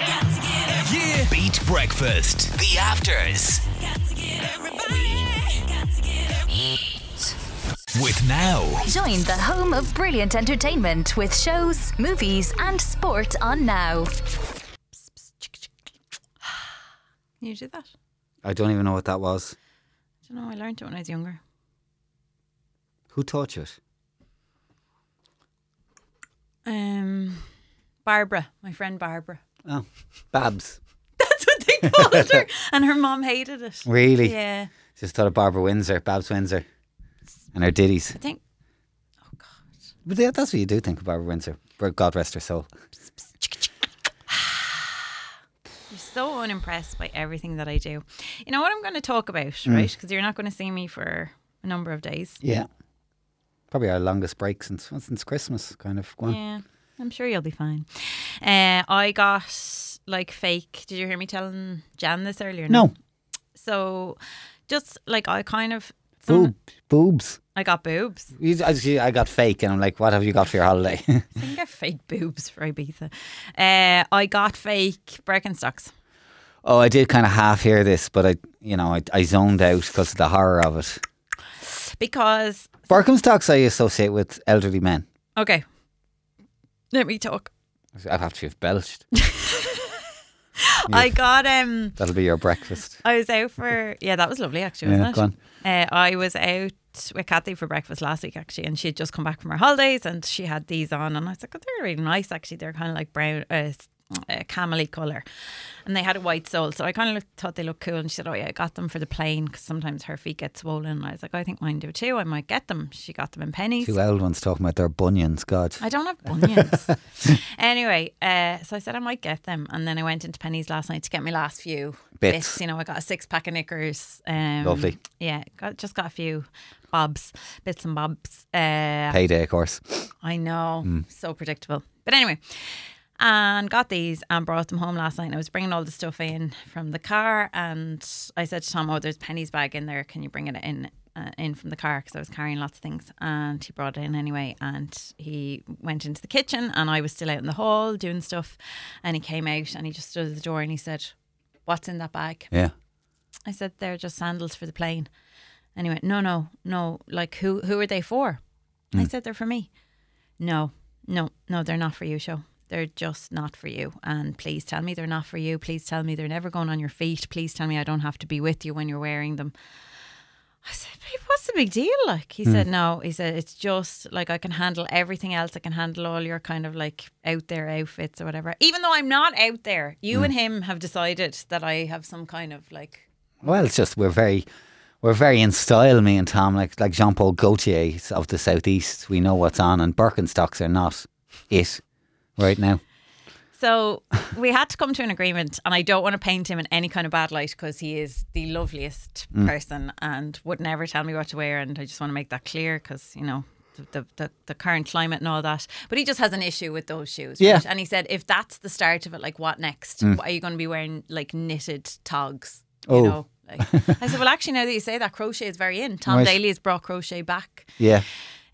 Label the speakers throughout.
Speaker 1: Yeah.
Speaker 2: Beat breakfast. The afters. With now.
Speaker 3: Join the home of brilliant entertainment with shows, movies, and sport on now.
Speaker 4: You do that.
Speaker 5: I don't even know what that was.
Speaker 4: I don't know. I learned it when I was younger.
Speaker 5: Who taught you it?
Speaker 4: Um, Barbara, my friend Barbara.
Speaker 5: Oh, Babs.
Speaker 4: That's what they called her, and her mom hated it.
Speaker 5: Really?
Speaker 4: Yeah.
Speaker 5: Just thought of Barbara Windsor, Babs Windsor, and her ditties.
Speaker 4: I think
Speaker 5: But yeah, that's what you do think of Barbara Windsor. God rest her soul.
Speaker 4: you're so unimpressed by everything that I do. You know what I'm going to talk about, right?
Speaker 5: Mm.
Speaker 4: right? Because you're not going to see me for a number of days.
Speaker 5: Yeah. Probably our longest break since well, since Christmas, kind of. Go on.
Speaker 4: Yeah, I'm sure you'll be fine. Uh, I got like fake. Did you hear me telling Jan this earlier?
Speaker 5: No,
Speaker 4: So, just like I kind of, some-
Speaker 5: boob, boobs.
Speaker 4: I got boobs.
Speaker 5: You, I, see, I got fake, and I'm like, what have you got for your holiday?
Speaker 4: I think I fake boobs for Ibiza. Uh, I got fake Birkenstocks.
Speaker 5: oh, I did kind of half hear this, but I, you know, I, I zoned out because of the horror of it.
Speaker 4: because
Speaker 5: Birkenstocks I associate with elderly men.
Speaker 4: okay let me talk
Speaker 5: I'd have to have belched.
Speaker 4: i got um
Speaker 5: That'll be your breakfast.
Speaker 4: i was out for yeah that was lovely actually
Speaker 5: Yeah,
Speaker 4: wasn't
Speaker 5: go
Speaker 4: it Uh, i was out with Kathy for breakfast last week actually and she had just come back from her holidays and she had these on and I was like oh they're really nice actually they're kind of like brown uh, s- uh, camely colour and they had a white sole so I kind of looked, thought they looked cool and she said oh yeah I got them for the plane because sometimes her feet get swollen and I was like oh, I think mine do too I might get them she got them in pennies
Speaker 5: Two old ones talking about their bunions, God.
Speaker 4: I don't have bunions. anyway, uh, so I said I might get them, and then I went into Penny's last night to get my last few
Speaker 5: Bits.
Speaker 4: bits. You know, I got a six pack of knickers. Um,
Speaker 5: Lovely.
Speaker 4: Yeah, got, just got a few bobs, bits and bobs. Uh,
Speaker 5: Payday, of course.
Speaker 4: I know, so predictable. But anyway, and got these and brought them home last night. And I was bringing all the stuff in from the car, and I said to Tom, "Oh, there's Penny's bag in there. Can you bring it in?" Uh, in from the car because I was carrying lots of things, and he brought it in anyway. And he went into the kitchen, and I was still out in the hall doing stuff. And he came out, and he just stood at the door, and he said, "What's in that bag?"
Speaker 5: Yeah.
Speaker 4: I said they're just sandals for the plane. And he went, No, no, no. Like who who are they for? I said they're for me. No, no, no, they're not for you, show. They're just not for you. And please tell me they're not for you. Please tell me they're never going on your feet. Please tell me I don't have to be with you when you're wearing them. I said, Babe, what's the big deal? Like he said, No. He said, It's just like I can handle everything else. I can handle all your kind of like out there outfits or whatever. Even though I'm not out there, you and him have decided that I have some kind of like
Speaker 5: Well, it's just we're very, we're very in style, me and Tom. Like like Jean Paul Gaultier of the southeast, we know what's on, and Birkenstocks are not it right now.
Speaker 4: So we had to come to an agreement, and I don't want to paint him in any kind of bad light because he is the loveliest
Speaker 5: Mm.
Speaker 4: person and would never tell me what to wear. And I just want to make that clear because you know the, the the the current climate and all that. But he just has an issue with those shoes.
Speaker 5: Yeah. Mm.
Speaker 4: And he said, if that's the start of it, like what next? Are you going to be wearing like knitted togs? You
Speaker 5: Oh.
Speaker 4: know. Like, I said, well, actually, now that you say that, crochet is very in. Tom
Speaker 5: Right.
Speaker 4: Daly has brought crochet back.
Speaker 5: Yeah.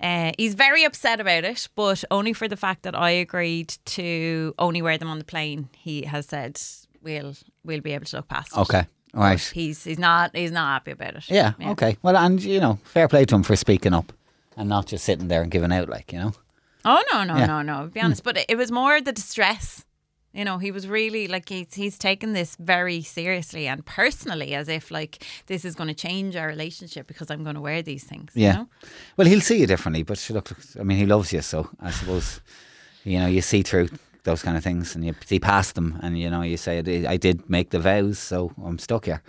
Speaker 4: Uh, he's very upset about it, but only for the fact that I agreed to only wear them on the plane. He has said we'll we'll be able to look past. it."
Speaker 5: Okay. All right.
Speaker 4: He's he's not he's not happy about it.
Speaker 5: Yeah, Okay. Well, and you know, fair play to him for speaking up and not just sitting there and giving out, like you know.
Speaker 4: Oh no no
Speaker 5: Yeah. Hmm.
Speaker 4: no no. Be honest, but it, it was more the distress. You know, he was really like he's he's taken this very seriously and personally, as if like this is going to change our relationship because I'm going to wear these things.
Speaker 5: Yeah.
Speaker 4: You know?
Speaker 5: Well, he'll see you differently, but she look, I mean, he loves you, so I suppose you know you see through those kind of things, and you see past them, and you know you say, "I did- "I did make the vows, so I'm stuck here."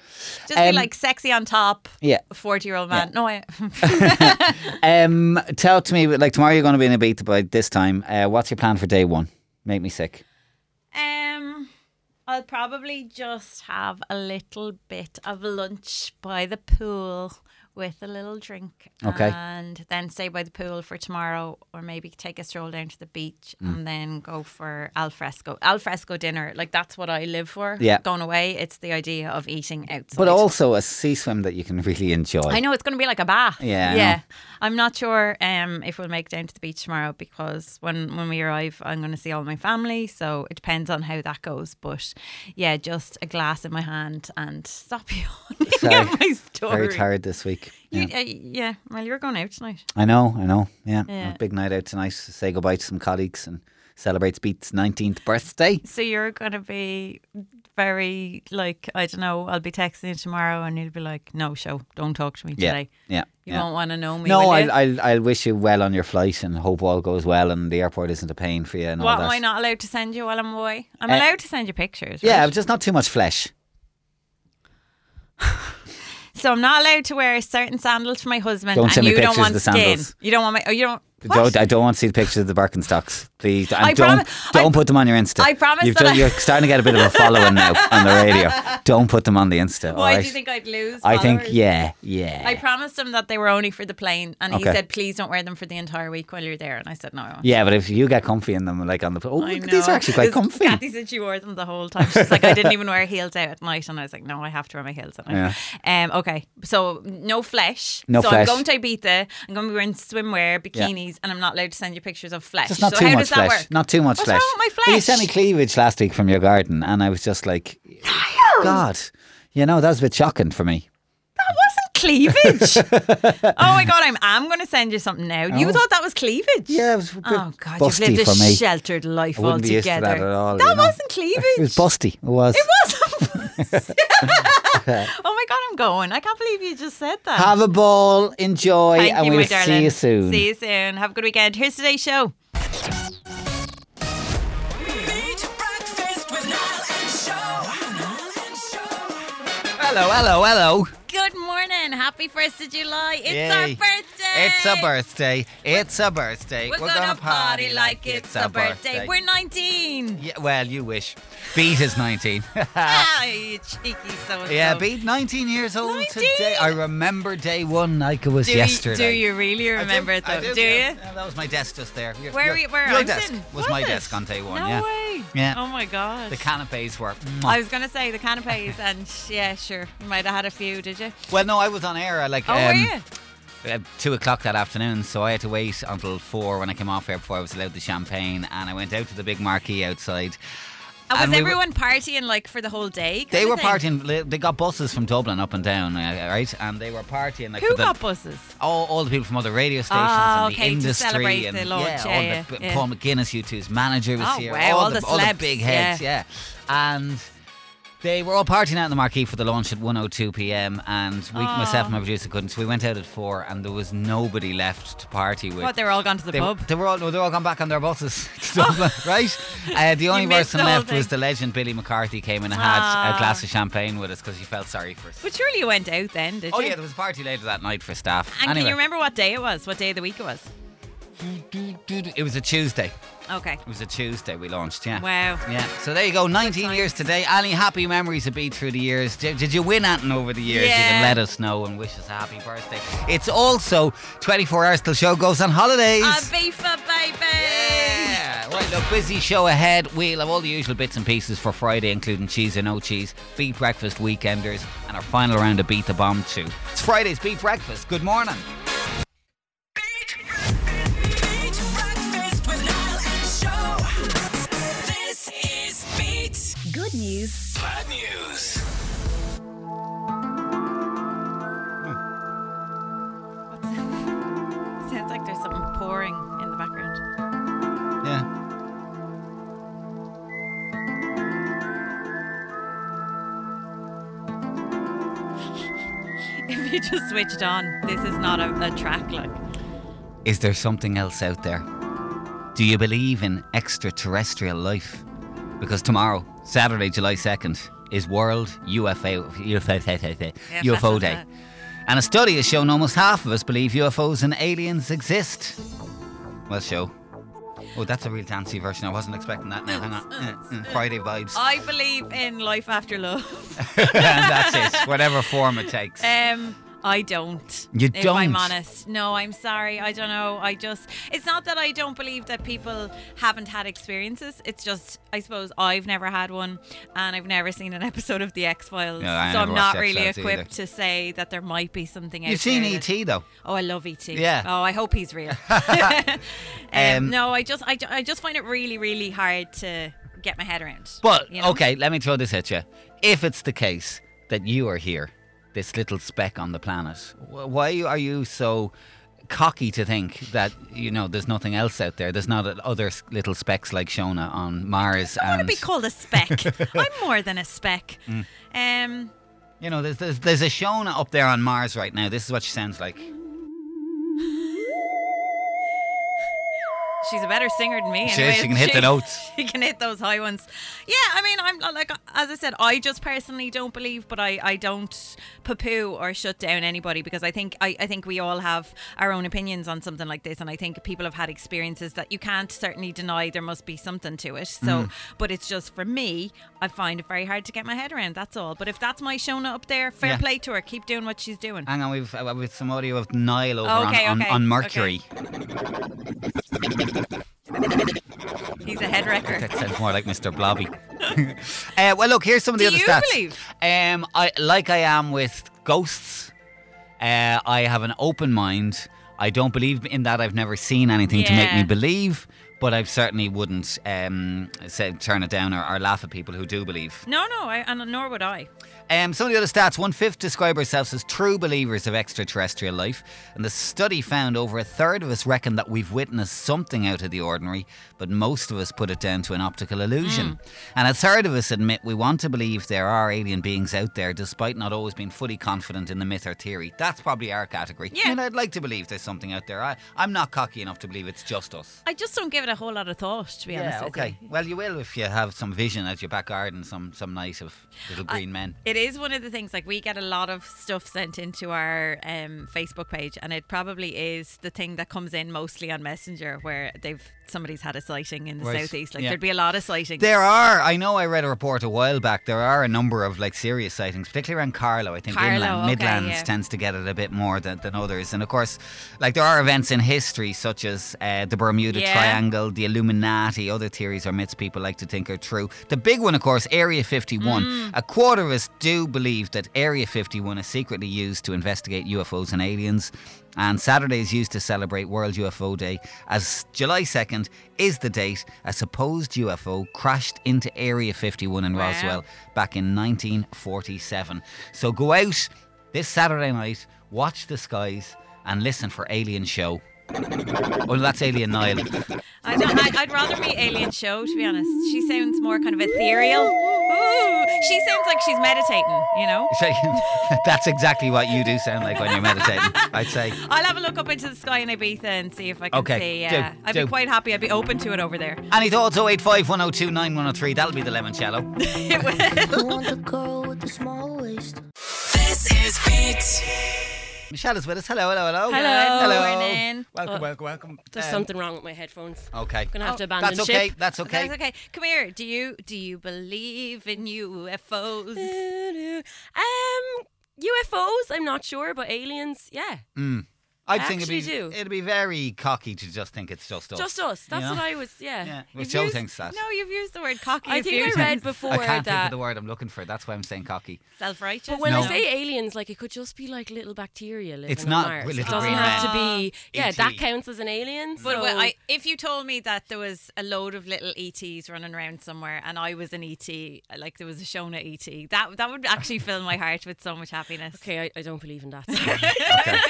Speaker 4: Just be
Speaker 5: Um,
Speaker 4: like sexy on top.
Speaker 5: Yeah.
Speaker 4: Forty year old man. No, I,
Speaker 5: Um, tell to me, like tomorrow you're going to be in a beat by this time. Uh, what's your plan for day one? Make me sick.
Speaker 4: Um, I'll probably just have a little bit of lunch by the pool with a little drink.
Speaker 5: Okay.
Speaker 4: And then stay by the pool for tomorrow, or maybe take a stroll down to the beach
Speaker 5: Mm.
Speaker 4: and then go for al fresco. Al fresco dinner, like that's what I live for.
Speaker 5: Yeah.
Speaker 4: Going away, it's the idea of eating outside.
Speaker 5: But also a sea swim that you can really enjoy.
Speaker 4: I know it's going to be like a bath.
Speaker 5: Yeah, I
Speaker 4: yeah.
Speaker 5: know.
Speaker 4: I'm not sure um, if we'll make down to the beach tomorrow because when when we arrive, I'm going to see all my family. So it depends on how that goes. But yeah, just a glass in my hand and stop yawning
Speaker 5: Sorry.
Speaker 4: at my story.
Speaker 5: Very tired this week.
Speaker 4: You,
Speaker 5: Yeah.
Speaker 4: yeah. Uh, yeah. Well, you're going out tonight.
Speaker 5: I know, I know. Yeah.
Speaker 4: Yeah.
Speaker 5: A big night out tonight. to Say goodbye to some colleagues and celebrate Beat's 19th birthday.
Speaker 4: So you're going to be very like I don't know. I'll be texting you tomorrow, and you'll be like, "No, show, don't talk to me
Speaker 5: Yeah.
Speaker 4: today.
Speaker 5: Yeah.
Speaker 4: You
Speaker 5: yeah.
Speaker 4: won't want to know me."
Speaker 5: No,
Speaker 4: will
Speaker 5: I'll,
Speaker 4: you?
Speaker 5: I'll, I'll wish you well on your flight and hope all goes well and the airport isn't a pain for you and all
Speaker 4: What
Speaker 5: that.
Speaker 4: am I not allowed to send you while I'm away? I'm
Speaker 5: Uh,
Speaker 4: allowed to send you pictures.
Speaker 5: Yeah,
Speaker 4: right?
Speaker 5: just not too much flesh.
Speaker 4: So I'm not allowed to wear a certain sandal to my husband,
Speaker 5: Don't
Speaker 4: and
Speaker 5: send me
Speaker 4: you don't
Speaker 5: pictures of
Speaker 4: want
Speaker 5: the
Speaker 4: skin.
Speaker 5: sandals.
Speaker 4: You don't want my. Oh, you don't. What?
Speaker 5: Don't, I don't want to see the pictures of the Birkenstocks, please. And
Speaker 4: I
Speaker 5: don't
Speaker 4: promi- I-
Speaker 5: don't put them on your Insta.
Speaker 4: I promise
Speaker 5: You've
Speaker 4: that I-
Speaker 5: you're starting to get a bit of a following now on the radio. Don't put them on the Insta.
Speaker 4: Why
Speaker 5: all right?
Speaker 4: do you think I'd lose?
Speaker 5: I think
Speaker 4: followers?
Speaker 5: yeah, yeah,
Speaker 4: I promised him that they were only for the plane, and he
Speaker 5: Okay.
Speaker 4: said, "Please don't wear them for the entire week while you're there." And I said, "No, I won't."
Speaker 5: yeah. But if you get comfy in them, like on the oh,
Speaker 4: I
Speaker 5: look, these are
Speaker 4: know.
Speaker 5: actually quite
Speaker 4: 'Cause
Speaker 5: comfy.
Speaker 4: Kathy said she wore them the whole time. She's like, I didn't even wear heels out at night, and I was like, No, I have to wear my heels at night. Um, okay, so no flesh.
Speaker 5: No
Speaker 4: so
Speaker 5: flesh.
Speaker 4: I'm going to Ibiza. I'm going to be wearing swimwear, bikinis, and I'm not allowed to send you pictures of flesh.
Speaker 5: Just not
Speaker 4: so
Speaker 5: too
Speaker 4: how
Speaker 5: much
Speaker 4: does that
Speaker 5: flesh.
Speaker 4: work?
Speaker 5: Not too much
Speaker 4: What's
Speaker 5: flesh.
Speaker 4: wrong with my
Speaker 5: Well, you
Speaker 4: flesh?
Speaker 5: sent me cleavage last week from your garden, and I was just like, God, you know that was a bit shocking for me.
Speaker 4: cleavage. oh my god, I'm I'm going to send you something now. You
Speaker 5: Oh.
Speaker 4: thought that was cleavage?
Speaker 5: Yeah, it was a bit
Speaker 4: Oh god,
Speaker 5: busty
Speaker 4: you've lived a
Speaker 5: for me.
Speaker 4: sheltered life
Speaker 5: I wouldn't be used to
Speaker 4: altogether.
Speaker 5: that at all,
Speaker 4: That
Speaker 5: you know.
Speaker 4: wasn't cleavage.
Speaker 5: It was busty. It was.
Speaker 4: It wasn't. oh my god, I'm going. I can't believe you just said that.
Speaker 5: Have a ball, enjoy,
Speaker 4: Thank
Speaker 5: and
Speaker 4: you,
Speaker 5: we'll
Speaker 4: my darling.
Speaker 5: see you soon.
Speaker 4: See you soon. Have a good weekend. Here's today's show.
Speaker 1: Beat breakfast with Niall and Show.
Speaker 5: Hello, hello, hello.
Speaker 4: Good morning. Happy first of July. It's our
Speaker 5: Yay.
Speaker 4: birthday.
Speaker 5: It's a birthday. It's a birthday.
Speaker 4: We're, gonna, party, like it's a birthday. We're 19.
Speaker 5: yeah, well, you wish. Beat is 19.
Speaker 4: Ah, you cheeky so
Speaker 5: yeah, Beat, 19 years old
Speaker 4: 19?
Speaker 5: today. I remember day one like it was
Speaker 4: Do
Speaker 5: yesterday.
Speaker 4: You, do you really
Speaker 5: I do,
Speaker 4: remember it though?
Speaker 5: I
Speaker 4: Do,
Speaker 5: yeah.
Speaker 4: you?
Speaker 5: Yeah, that was my desk just there. Your,
Speaker 4: Where
Speaker 5: your,
Speaker 4: were you- where
Speaker 5: your
Speaker 4: I'm
Speaker 5: desk
Speaker 4: sitting?
Speaker 5: was, my
Speaker 4: it?
Speaker 5: desk on day one.
Speaker 4: No
Speaker 5: yeah.
Speaker 4: way.
Speaker 5: Yeah.
Speaker 4: Oh my gosh.
Speaker 5: The canapes were. mwah.
Speaker 4: I was gonna say the canapes, and yeah, sure, you might have had a few, did you?
Speaker 5: well, no, I was on air. I like.
Speaker 4: Oh, were
Speaker 5: um,
Speaker 4: you?
Speaker 5: uh, two o'clock that afternoon, so I had to wait until four when I came off here before I was allowed the champagne, and I went out to the big marquee outside.
Speaker 4: And was
Speaker 5: and we were-
Speaker 4: everyone partying like for the whole day? kind
Speaker 5: They
Speaker 4: of
Speaker 5: were
Speaker 4: thing?
Speaker 5: partying. li- They got buses from Dublin up and down, uh, right? And they were partying like
Speaker 4: Who
Speaker 5: for the,
Speaker 4: got buses?
Speaker 5: all, all the people from other radio stations
Speaker 4: Ah,
Speaker 5: and the
Speaker 4: okay, to
Speaker 5: industry
Speaker 4: celebrate
Speaker 5: and
Speaker 4: the launch,
Speaker 5: yeah,
Speaker 4: yeah,
Speaker 5: all
Speaker 4: yeah,
Speaker 5: the b-
Speaker 4: yeah.
Speaker 5: Paul McGuinness, U2's manager, was
Speaker 4: Oh,
Speaker 5: here.
Speaker 4: wow, all the
Speaker 5: all the
Speaker 4: celebs,
Speaker 5: big heads, yeah. And they were all partying out in the marquee for the launch at 1:02 p.m. And we,
Speaker 4: Ah.
Speaker 5: myself and my producer couldn't, so we went out at four, and there was nobody left to party with.
Speaker 4: What? They were all gone to the
Speaker 5: They,
Speaker 4: pub. Oh.
Speaker 5: they were all no, they were all gone back on their buses, to Dublin, right? Uh, the only
Speaker 4: missed
Speaker 5: person
Speaker 4: the whole
Speaker 5: left was
Speaker 4: thing.
Speaker 5: the legend Billy McCarthy came in and had
Speaker 4: Ah.
Speaker 5: a glass of champagne with us because he felt sorry for us.
Speaker 4: But surely you went out then, did
Speaker 5: Oh
Speaker 4: you?
Speaker 5: yeah, there was a party later that night for staff.
Speaker 4: and
Speaker 5: anyway,
Speaker 4: can you remember what day it was? What day of the week it was?
Speaker 5: it was a Tuesday.
Speaker 4: Okay.
Speaker 5: It was a Tuesday we launched, yeah.
Speaker 4: Wow.
Speaker 5: Yeah. So there you go, 19 years today. Any happy memories of Beat through the years? Did, did you win anything over the years? You can
Speaker 4: Yeah.
Speaker 5: let us know and wish us a happy birthday. It's also 24 hours till show goes on holidays.
Speaker 4: A beaver baby.
Speaker 5: Yeah. Right, look, busy show ahead. We'll have all the usual bits and pieces for Friday, including cheese and no cheese, beat breakfast weekenders, and our final round of beat the bomb too. It's Friday's beat breakfast. Good morning.
Speaker 1: Beat breakfast with Niall and Show. This is Beat.
Speaker 3: Good news
Speaker 2: Bad news.
Speaker 4: Sounds like there's something pouring in the background.
Speaker 5: Yeah.
Speaker 4: If you just switched on, this is not a, a track like.
Speaker 5: Is there something else out there? Do you believe in extraterrestrial life? Because tomorrow, Saturday, July 2nd, is World UFO, UFO, UFO Day. And a study has shown almost half of us believe UFOs and aliens exist. Well, show. Oh, that's a real dancey version. I wasn't expecting that. Now, hang on. Uh, uh, Friday vibes.
Speaker 4: I believe in life after love.
Speaker 5: and that's it, whatever form it takes.
Speaker 4: Um, I don't.
Speaker 5: You
Speaker 4: if I'm
Speaker 5: don't?
Speaker 4: honest. No, I'm sorry. I don't know. I just. It's not that I don't believe that people haven't had experiences. It's just, I suppose, I've never had one, and I've never seen an episode of The X Files,
Speaker 5: No, I
Speaker 4: so
Speaker 5: never
Speaker 4: I'm not
Speaker 5: watched
Speaker 4: really
Speaker 5: X-Files either.
Speaker 4: equipped to say that there might be something. out
Speaker 5: You've seen
Speaker 4: there that-
Speaker 5: ET though.
Speaker 4: Oh, I love ET.
Speaker 5: Yeah.
Speaker 4: Oh, I hope he's real.
Speaker 5: Um,
Speaker 4: um, no, I just, I, ju- I just find it really, really hard to get my head around.
Speaker 5: But
Speaker 4: you know?
Speaker 5: okay, let me throw this at you. If it's the case that you are here, this little speck on the planet, wh- why are you so cocky to think that you know there's nothing else out there? There's not other s- little specks like Shona on Mars.
Speaker 4: I want
Speaker 5: and-
Speaker 4: to be called a speck. I'm more than a speck.
Speaker 5: Mm.
Speaker 4: Um,
Speaker 5: You know, there's, there's there's a Shona up there on Mars right now. This is what she sounds like.
Speaker 4: she's a better singer than me.
Speaker 5: She is,
Speaker 4: anyways.
Speaker 5: she can hit the notes.
Speaker 4: She can hit those high ones. Yeah, I mean, I'm like, as I said, I just personally don't believe, but I, I don't poo or shut down anybody because I think I, I think we all have our own opinions on something like this, and I think people have had experiences that you can't certainly deny there must be something to it. So,
Speaker 5: Mm.
Speaker 4: but it's just for me, I find it very hard to get my head around. That's all. But if that's my Shona up there, fair
Speaker 5: Yeah.
Speaker 4: play to her. Keep doing what she's doing.
Speaker 5: Hang on, we've uh, with some audio of Nile over
Speaker 4: Oh, Okay,
Speaker 5: on, on,
Speaker 4: okay,
Speaker 5: on Mercury.
Speaker 4: He's a head wrecker.
Speaker 5: That sounds more like Mr. Blobby. uh, well, look, here's some of the
Speaker 4: Do
Speaker 5: other
Speaker 4: you
Speaker 5: stats.
Speaker 4: believe?
Speaker 5: Um, I like I am with ghosts. Uh, I have an open mind. I don't believe in that. I've never seen anything to make me
Speaker 4: Yeah.
Speaker 5: believe, but I certainly wouldn't um, say, turn it down or, or laugh at people who do believe.
Speaker 4: No, no, I, and nor would I.
Speaker 5: Um, some of the other stats one fifth describe ourselves as true believers of extraterrestrial life, and the study found over a third of us reckon that we've witnessed something out of the ordinary, but most of us put it down to an optical illusion. And a third of us admit we want to believe there are alien beings out there, despite not always being fully confident in the myth or theory. That's probably our category.
Speaker 4: Yeah.
Speaker 5: I mean, I'd like to believe there's something out there. I, I'm not cocky enough to believe it's just us.
Speaker 4: I just don't give it a whole lot of thought, to be honest.
Speaker 5: Yeah,
Speaker 4: with
Speaker 5: okay.
Speaker 4: you.
Speaker 5: Well, you will if you have some vision at your back garden, some, some night of little green men.
Speaker 4: It is one of the things like we get a lot of stuff sent into our um, Facebook page, and it probably is the thing that comes in mostly on Messenger, where they've somebody's had a sighting in the
Speaker 5: Right,
Speaker 4: southeast. Like
Speaker 5: yeah.
Speaker 4: there'd be a lot of sightings.
Speaker 5: There are. I know I read a report a while back. There are a number of like serious sightings, particularly around Carlow. I think
Speaker 4: Carlow,
Speaker 5: inland,
Speaker 4: okay,
Speaker 5: Midlands
Speaker 4: yeah.
Speaker 5: tends to get it a bit more than, than others. And of course, like there are events in history such as uh, the Bermuda
Speaker 4: Yeah.
Speaker 5: Triangle, the Illuminati, other theories or myths people like to think are true. The big one, of course, Area 51. A quarter of us do believe that Area 51 is secretly used to investigate UFOs and aliens. And Saturday is used to celebrate World UFO Day, as July 2nd is the date a supposed UFO crashed into Area 51 in
Speaker 4: Wow.
Speaker 5: Roswell back in 1947. So go out this Saturday night, watch the skies, and listen for Alien Show. Oh, no, that's Alien Nile.
Speaker 4: I don't, I'd, I'd rather be Alien Show, to be honest. She sounds more kind of ethereal. Ooh, she sounds like she's meditating. You know.
Speaker 5: So, that's exactly what you do sound like when you're meditating, I'd say.
Speaker 4: I'll have a look up into the sky in Ibiza and see if I can
Speaker 5: Okay,
Speaker 4: see.
Speaker 5: do,
Speaker 4: Yeah, I'd
Speaker 5: do.
Speaker 4: be quite happy. I'd be open to it over there.
Speaker 5: Any thoughts? 085 102 9103. That'll be the lemon cello.
Speaker 4: It
Speaker 6: I
Speaker 4: will.
Speaker 6: want the girl with the small waist.
Speaker 1: This is Beat.
Speaker 5: Michelle is with us. Hello, hello, hello.
Speaker 4: Hello.
Speaker 5: Hello.
Speaker 4: Morning.
Speaker 5: Welcome,
Speaker 7: Oh,
Speaker 5: welcome, welcome.
Speaker 7: There's
Speaker 5: Um, Oh.
Speaker 7: something wrong with my headphones.
Speaker 5: Okay.
Speaker 7: gonna have to abandon
Speaker 5: That's okay.
Speaker 7: ship.
Speaker 5: That's okay.
Speaker 4: That's okay. Come here. Do you do you believe in UFOs?
Speaker 7: Um, UFOs. I'm not sure, but aliens. Yeah,
Speaker 5: I'd
Speaker 7: I
Speaker 5: think it'd be,
Speaker 7: actually do.
Speaker 5: it'd be very cocky to just think it's just us.
Speaker 7: just us. That's
Speaker 5: you know?
Speaker 7: what I was. Yeah.
Speaker 5: Yeah. Well,
Speaker 4: You've
Speaker 5: Joe
Speaker 4: used-
Speaker 5: thinks that.
Speaker 4: No, you've used the word cocky.
Speaker 7: I
Speaker 4: a
Speaker 7: think
Speaker 4: few
Speaker 7: I
Speaker 4: times.
Speaker 7: read before
Speaker 5: I can't think of
Speaker 7: that.
Speaker 5: the word I'm looking for. That's why I'm saying cocky.
Speaker 4: self-righteous.
Speaker 7: But when
Speaker 5: No.
Speaker 7: I say aliens, like it could just be like little bacteria living
Speaker 5: It's
Speaker 7: on
Speaker 5: not
Speaker 7: Mars.
Speaker 5: little
Speaker 7: it doesn't
Speaker 5: green
Speaker 7: have to
Speaker 4: men.
Speaker 7: be. Yeah,
Speaker 5: ET.
Speaker 7: that counts as an alien.
Speaker 4: But
Speaker 7: so
Speaker 4: when I, if you told me that there was a load of little ETs running around somewhere and I was an ET, like there was a Shona ET, that that would actually fill my heart with so much happiness.
Speaker 7: okay, I, I don't believe in that.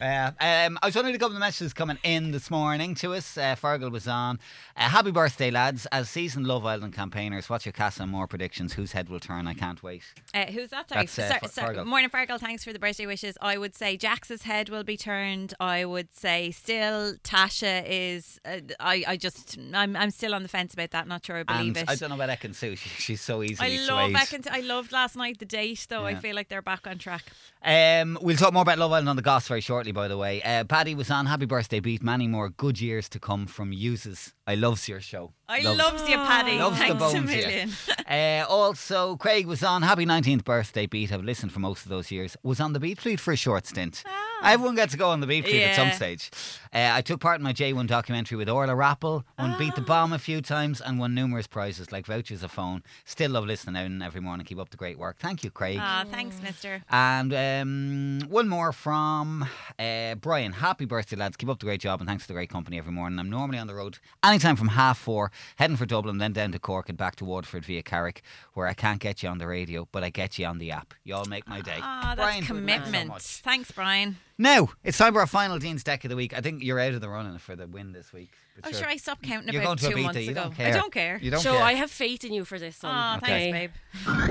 Speaker 5: Uh, um, I was wondering a couple of messages coming in this morning to us. Uh, Fergal was on. Uh, happy birthday, lads. As seasoned Love Island campaigners, what's your Casa Moore predictions? Whose head will turn? I can't wait.
Speaker 4: Uh, who's that? Sorry.
Speaker 5: That's, uh,
Speaker 4: Sir-
Speaker 5: Fer-
Speaker 4: sir-
Speaker 5: Fergal.
Speaker 4: Morning, Fergal. Thanks for the birthday wishes. I would say Jax's head will be turned. I would say still Tasha is. Uh, I I just I'm I'm still on the fence about that. Not sure I believe
Speaker 5: and
Speaker 4: it.
Speaker 5: I don't know about Ekin Sue. She, she's so easily
Speaker 4: I love
Speaker 5: swayed.
Speaker 4: Ekin. I loved last night the date though. I
Speaker 5: Yeah.
Speaker 4: feel like they're back on track.
Speaker 5: Um, we'll talk more about Love Island on the Goss very shortly, by the way. Uh, Paddy was on. Happy birthday, Beat. Many more good years to come from uses. I loves your show.
Speaker 4: I
Speaker 5: Loves-
Speaker 4: loves, you, Paddy.
Speaker 5: Loves the
Speaker 4: Thanks
Speaker 5: bones
Speaker 4: a
Speaker 5: here.
Speaker 4: million.
Speaker 5: Uh, also, Craig was on Happy 19th Birthday Beat. I've listened for most of those years. Was on the Beat Fleet for a short stint. Everyone gets to go on the Beat Fleet at some
Speaker 4: Ah. Yeah.
Speaker 5: stage. Uh, I took part in my J1 documentary with Orla Rappel. Won Beat
Speaker 4: Ah.
Speaker 5: the Bomb a few times and won numerous prizes like vouchers, a phone. Still love listening in every morning. Keep up the great work. Thank you, Craig.
Speaker 4: Ah, thanks, Mister.
Speaker 5: And um, one more from uh, Brian. Happy birthday, lads. Keep up the great job and thanks for the great company every morning. I'm normally on the road anytime from half four, heading for Dublin, then down to Cork and back to Waterford via Carrick, where I can't get you on the radio, but I get you on the app. You all make my day.
Speaker 4: Ah, that's
Speaker 5: Brian,
Speaker 4: commitment.
Speaker 5: Thank you so much.
Speaker 4: Thanks, Brian.
Speaker 5: Now, it's time for our final Dean's Deck of the Week. I think you're out of the running for the win this week. but
Speaker 4: Oh,
Speaker 5: sure.
Speaker 4: sure. I stopped counting
Speaker 5: You're
Speaker 4: about
Speaker 5: going to
Speaker 4: two
Speaker 5: Ibiza,
Speaker 4: months
Speaker 5: you
Speaker 4: ago.
Speaker 5: don't care.
Speaker 4: I don't care.
Speaker 5: You don't
Speaker 7: so
Speaker 5: care.
Speaker 7: I have faith in you for this one.
Speaker 4: Ah, thanks,
Speaker 5: Okay.
Speaker 4: babe.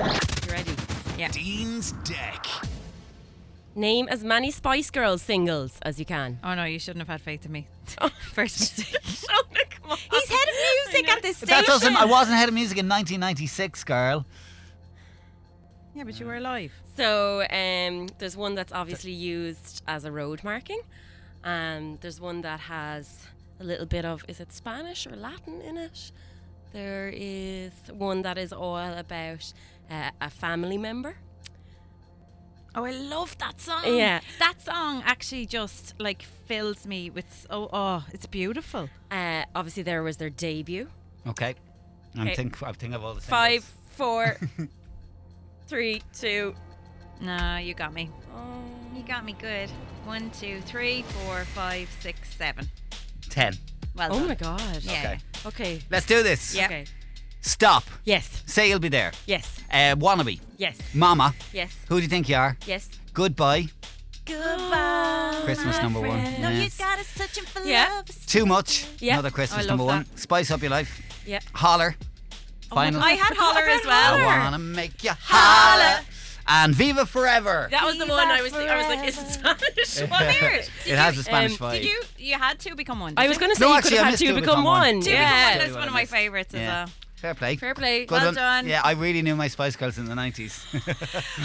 Speaker 7: You ready?
Speaker 4: Yeah.
Speaker 2: Dean's Deck.
Speaker 7: Name as many Spice Girls singles as you can.
Speaker 4: Oh no, you shouldn't have had faith in me. First mistake.
Speaker 7: come on.
Speaker 4: He's head of music at this
Speaker 5: But
Speaker 4: station.
Speaker 5: that doesn't. I wasn't head of music in 1996, girl.
Speaker 4: Yeah, but you were alive.
Speaker 7: So um, there's one that's obviously used as a road marking. Um, there's one that has a little bit of is it Spanish or Latin in it? There is one that is all about uh, a family member.
Speaker 4: Oh, I love that song.
Speaker 7: Yeah.
Speaker 4: that song actually just like fills me with oh, oh it's beautiful.
Speaker 7: Uh, obviously, there was their debut.
Speaker 5: Okay. I
Speaker 7: Okay.
Speaker 5: think I think of all the
Speaker 7: Five,
Speaker 5: singles.
Speaker 7: four, three, two.
Speaker 4: No, you got me.
Speaker 7: Oh.
Speaker 4: You got me good. One, two, three, four, five, six, seven.
Speaker 5: ten.
Speaker 4: Well
Speaker 7: Oh
Speaker 4: done.
Speaker 7: my god.
Speaker 4: Yeah.
Speaker 5: Okay.
Speaker 7: Okay.
Speaker 5: Let's do this.
Speaker 4: Yeah.
Speaker 7: Okay.
Speaker 5: Stop.
Speaker 7: Yes.
Speaker 5: Say you'll be there.
Speaker 7: Yes.
Speaker 5: Uh, wannabe.
Speaker 7: Yes.
Speaker 5: Mama.
Speaker 7: Yes.
Speaker 5: Who do you think you are?
Speaker 7: Yes.
Speaker 5: Goodbye.
Speaker 4: Goodbye.
Speaker 5: Christmas number one.
Speaker 4: No,
Speaker 5: Yeah.
Speaker 4: you got us searching for
Speaker 7: Yeah.
Speaker 4: love.
Speaker 5: Too much.
Speaker 7: Yeah.
Speaker 5: Another Christmas
Speaker 4: I
Speaker 5: number
Speaker 4: love
Speaker 5: one. Spice up your life.
Speaker 7: Yeah.
Speaker 5: Holler. Final.
Speaker 4: Oh I had holler as well.
Speaker 5: I wanna make you holler. And Viva Forever.
Speaker 7: That was the
Speaker 4: Viva
Speaker 7: one I was. I was like, is it Spanish?
Speaker 4: Well, here.
Speaker 5: it has a Spanish
Speaker 7: um,
Speaker 5: vibe.
Speaker 4: Did you? You had two become one.
Speaker 7: I
Speaker 4: did
Speaker 7: was
Speaker 4: you?
Speaker 7: going to say
Speaker 5: No,
Speaker 7: you
Speaker 5: actually,
Speaker 7: could
Speaker 5: I
Speaker 7: have had
Speaker 5: missed
Speaker 7: two
Speaker 5: Two
Speaker 7: become
Speaker 5: Become One.
Speaker 7: one.
Speaker 5: Two
Speaker 7: yeah.
Speaker 4: That was one of my favourites as
Speaker 5: Yeah.
Speaker 4: well.
Speaker 5: Fair play.
Speaker 7: Fair play.
Speaker 5: Good
Speaker 4: Well
Speaker 5: one.
Speaker 4: done.
Speaker 5: Yeah, I really knew my Spice Girls in the 90s.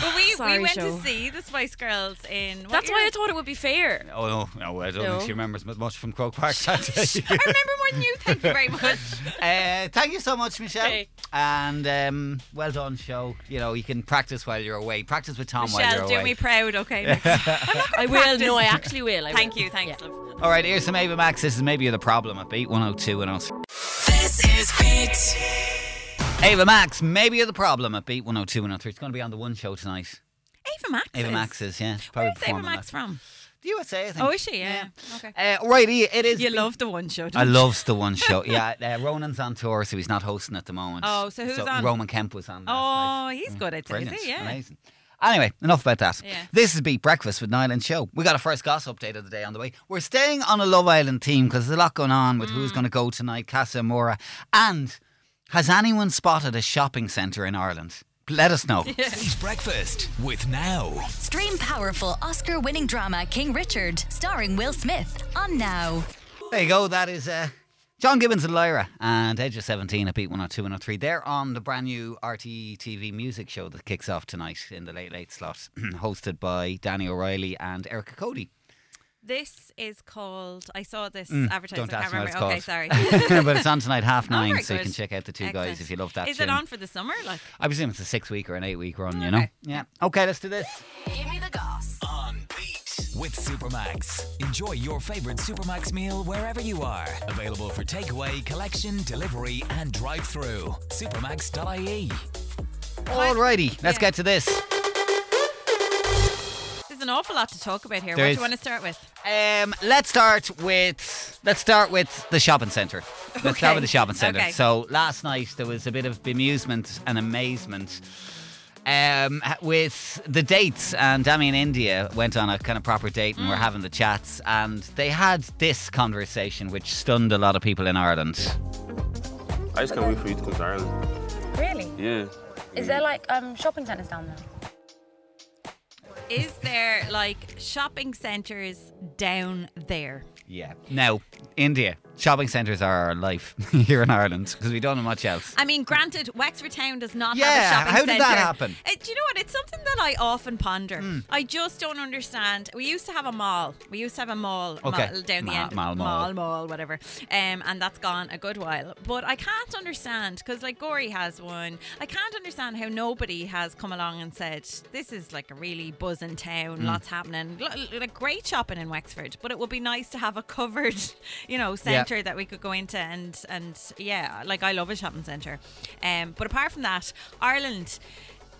Speaker 4: But we,
Speaker 7: Sorry,
Speaker 4: we went
Speaker 7: Joe.
Speaker 4: to see the Spice Girls in. What
Speaker 7: That's
Speaker 4: year?
Speaker 7: why I thought it would be fair.
Speaker 5: oh, no. No, I don't
Speaker 7: No.
Speaker 5: think she remembers mu- much from Croke Park. that day.
Speaker 4: I remember more than you. Thank you very much.
Speaker 5: Uh, thank you so much, Michelle.
Speaker 7: Okay.
Speaker 5: And um, well done, show. You know, you can practice while you're away. Practice with Tom while you're
Speaker 4: Michelle, do
Speaker 5: away.
Speaker 4: me proud, okay?
Speaker 7: I will. No, I actually will. I
Speaker 4: Thank
Speaker 7: will.
Speaker 4: you, thanks.
Speaker 7: Yeah.
Speaker 4: love.
Speaker 5: All right, here's some Ava Max. This is maybe you're the problem at Beat 102 and also
Speaker 1: This is Beat.
Speaker 5: Ava Max, maybe you're the problem at Beat 102 and 103. It's going to be on the one show tonight.
Speaker 4: Ava Max.
Speaker 5: Ava
Speaker 4: is.
Speaker 5: Max is, yeah. Probably
Speaker 4: Where's Ava
Speaker 5: performing
Speaker 4: Max
Speaker 5: that.
Speaker 4: from?
Speaker 5: The USA, I think.
Speaker 4: Oh, is she? Yeah. Okay.
Speaker 5: Uh, right, i- it is.
Speaker 4: You
Speaker 5: Beat-
Speaker 4: love the one show.
Speaker 5: I
Speaker 4: don't you?
Speaker 5: loves the one show. Yeah, uh, Ronan's on tour, so he's not hosting at the moment.
Speaker 4: Oh, so who's on?
Speaker 5: Roman Kemp was on. Last night. Mm.
Speaker 4: Oh, he's good at it.
Speaker 5: Brilliant.
Speaker 4: Is he? Yeah.
Speaker 5: Amazing. Anyway, enough about that.
Speaker 4: Yeah.
Speaker 5: This is Beat Breakfast with Niall and Show. We got a first goss update of the day on the way. We're staying on a Love Island theme because there's a lot going on with
Speaker 4: Mm.
Speaker 5: who's going to go tonight, Casa Mora. And has anyone spotted a shopping centre in Ireland? Let us know.
Speaker 2: Beat Breakfast with Now.
Speaker 3: Stream powerful Oscar winning drama King Richard, starring Will Smith, on Now.
Speaker 5: There you go. That is uh, John Gibbons and Lyra and Edge of 17 at Beat 102 and 103. They're on the brand new RTE TV music show that kicks off tonight in the late, late slot, hosted by Danny O'Reilly and Erica Cody.
Speaker 4: This is called. I saw this advertisement.
Speaker 5: Mm, Don't
Speaker 4: I
Speaker 5: ask
Speaker 4: can't
Speaker 5: me what
Speaker 4: remember.
Speaker 5: it's
Speaker 4: okay,
Speaker 5: called.
Speaker 4: sorry.
Speaker 5: but it's on tonight, half
Speaker 4: Oh,
Speaker 5: nine,
Speaker 4: very
Speaker 5: so you
Speaker 4: good.
Speaker 5: can check out the two guys
Speaker 4: Excellent.
Speaker 5: if you love that
Speaker 4: Is
Speaker 5: tune.
Speaker 4: it on for the summer? Like,
Speaker 5: I presume it's a six week or an eight week run, you know? Yeah. Okay, let's do this.
Speaker 3: Give me the goss.
Speaker 2: On Beat with Supermax. Enjoy your favorite Supermax meal wherever you are. Available for takeaway, collection, delivery, and drive through. Supermax.ie.
Speaker 5: Alrighty, let's
Speaker 4: Yeah.
Speaker 5: get to this.
Speaker 4: there's an awful lot to talk about here.
Speaker 5: There
Speaker 4: what
Speaker 5: is.
Speaker 4: do you want to start with?
Speaker 5: Um, let's start with let's start with the shopping centre. Let's start
Speaker 4: Okay.
Speaker 5: with the shopping centre.
Speaker 4: Okay.
Speaker 5: So last night there was a bit of bemusement and amazement um, ha- with the dates, and Dami and India went on a kind of proper date, and we're
Speaker 4: Mm.
Speaker 5: having the chats, and they had this conversation which stunned a lot of people in Ireland.
Speaker 8: I just can't wait for you to come to Ireland.
Speaker 9: Really?
Speaker 8: Yeah.
Speaker 9: Is there like um, shopping centres down there?
Speaker 4: Is there like shopping centres down there?
Speaker 5: Yeah. Now, India, Shopping centres are our life here in Ireland because we don't have much else.
Speaker 4: I mean, granted, Wexford Town does not
Speaker 5: Yeah,
Speaker 4: have a shopping
Speaker 5: how did that
Speaker 4: centre.
Speaker 5: happen? Hmm.
Speaker 4: Uh, do you know what? It's something that I often ponder. I just don't understand. We used to have a mall. We used to have a mall,
Speaker 5: Okay.
Speaker 4: mall down the
Speaker 5: Ma-
Speaker 4: end.
Speaker 5: mall, mall.
Speaker 4: mall, mall, whatever. Um, and that's gone a good while. But I can't understand because like Gory has one. I can't understand how nobody has come along and said this is like a really buzzing
Speaker 5: Hmm.
Speaker 4: town. Lots happening. L- l- Like great shopping in Wexford, but it would be nice to have a covered, you know, centre that we could go into and and yeah, like I love a shopping centre. Um, but apart from that, Ireland,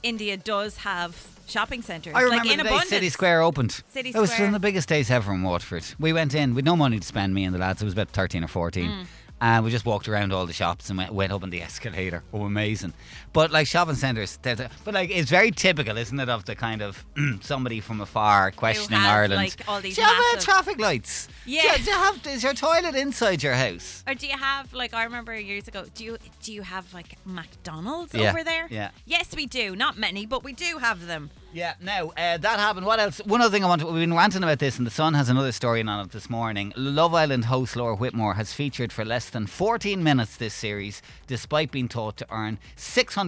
Speaker 4: India does have shopping centres.
Speaker 5: I remember
Speaker 4: like in
Speaker 5: the day
Speaker 4: abundance.
Speaker 5: City Square opened.
Speaker 4: City
Speaker 5: It was
Speaker 4: Square.
Speaker 5: one of the biggest days ever in Waterford. We went in with no money to spend, me and the lads. It was about 13 or 14.
Speaker 4: Mm.
Speaker 5: And we just walked around all the shops and went, went up on the escalator. Oh, amazing. But like shopping centres, they're the- but like it's very typical, isn't it, of the kind of somebody from afar questioning
Speaker 4: has,
Speaker 5: Ireland.
Speaker 4: like, all these
Speaker 5: do you have uh,
Speaker 4: massive-
Speaker 5: traffic lights? Do
Speaker 4: Yeah.
Speaker 5: you, do you have, is your toilet inside your house?
Speaker 4: Or do you have like I remember years ago? Do you do you have like McDonald's
Speaker 5: Yeah,
Speaker 4: over there?
Speaker 5: yeah.
Speaker 4: Yes, we do. Not many, but we do have them.
Speaker 5: Yeah, now uh, that happened. What else? One other thing I want to. We've been ranting about this, and the Sun has another story on it this morning. Love Island host Laura Whitmore has featured for less than 14 minutes this series, despite being taught to earn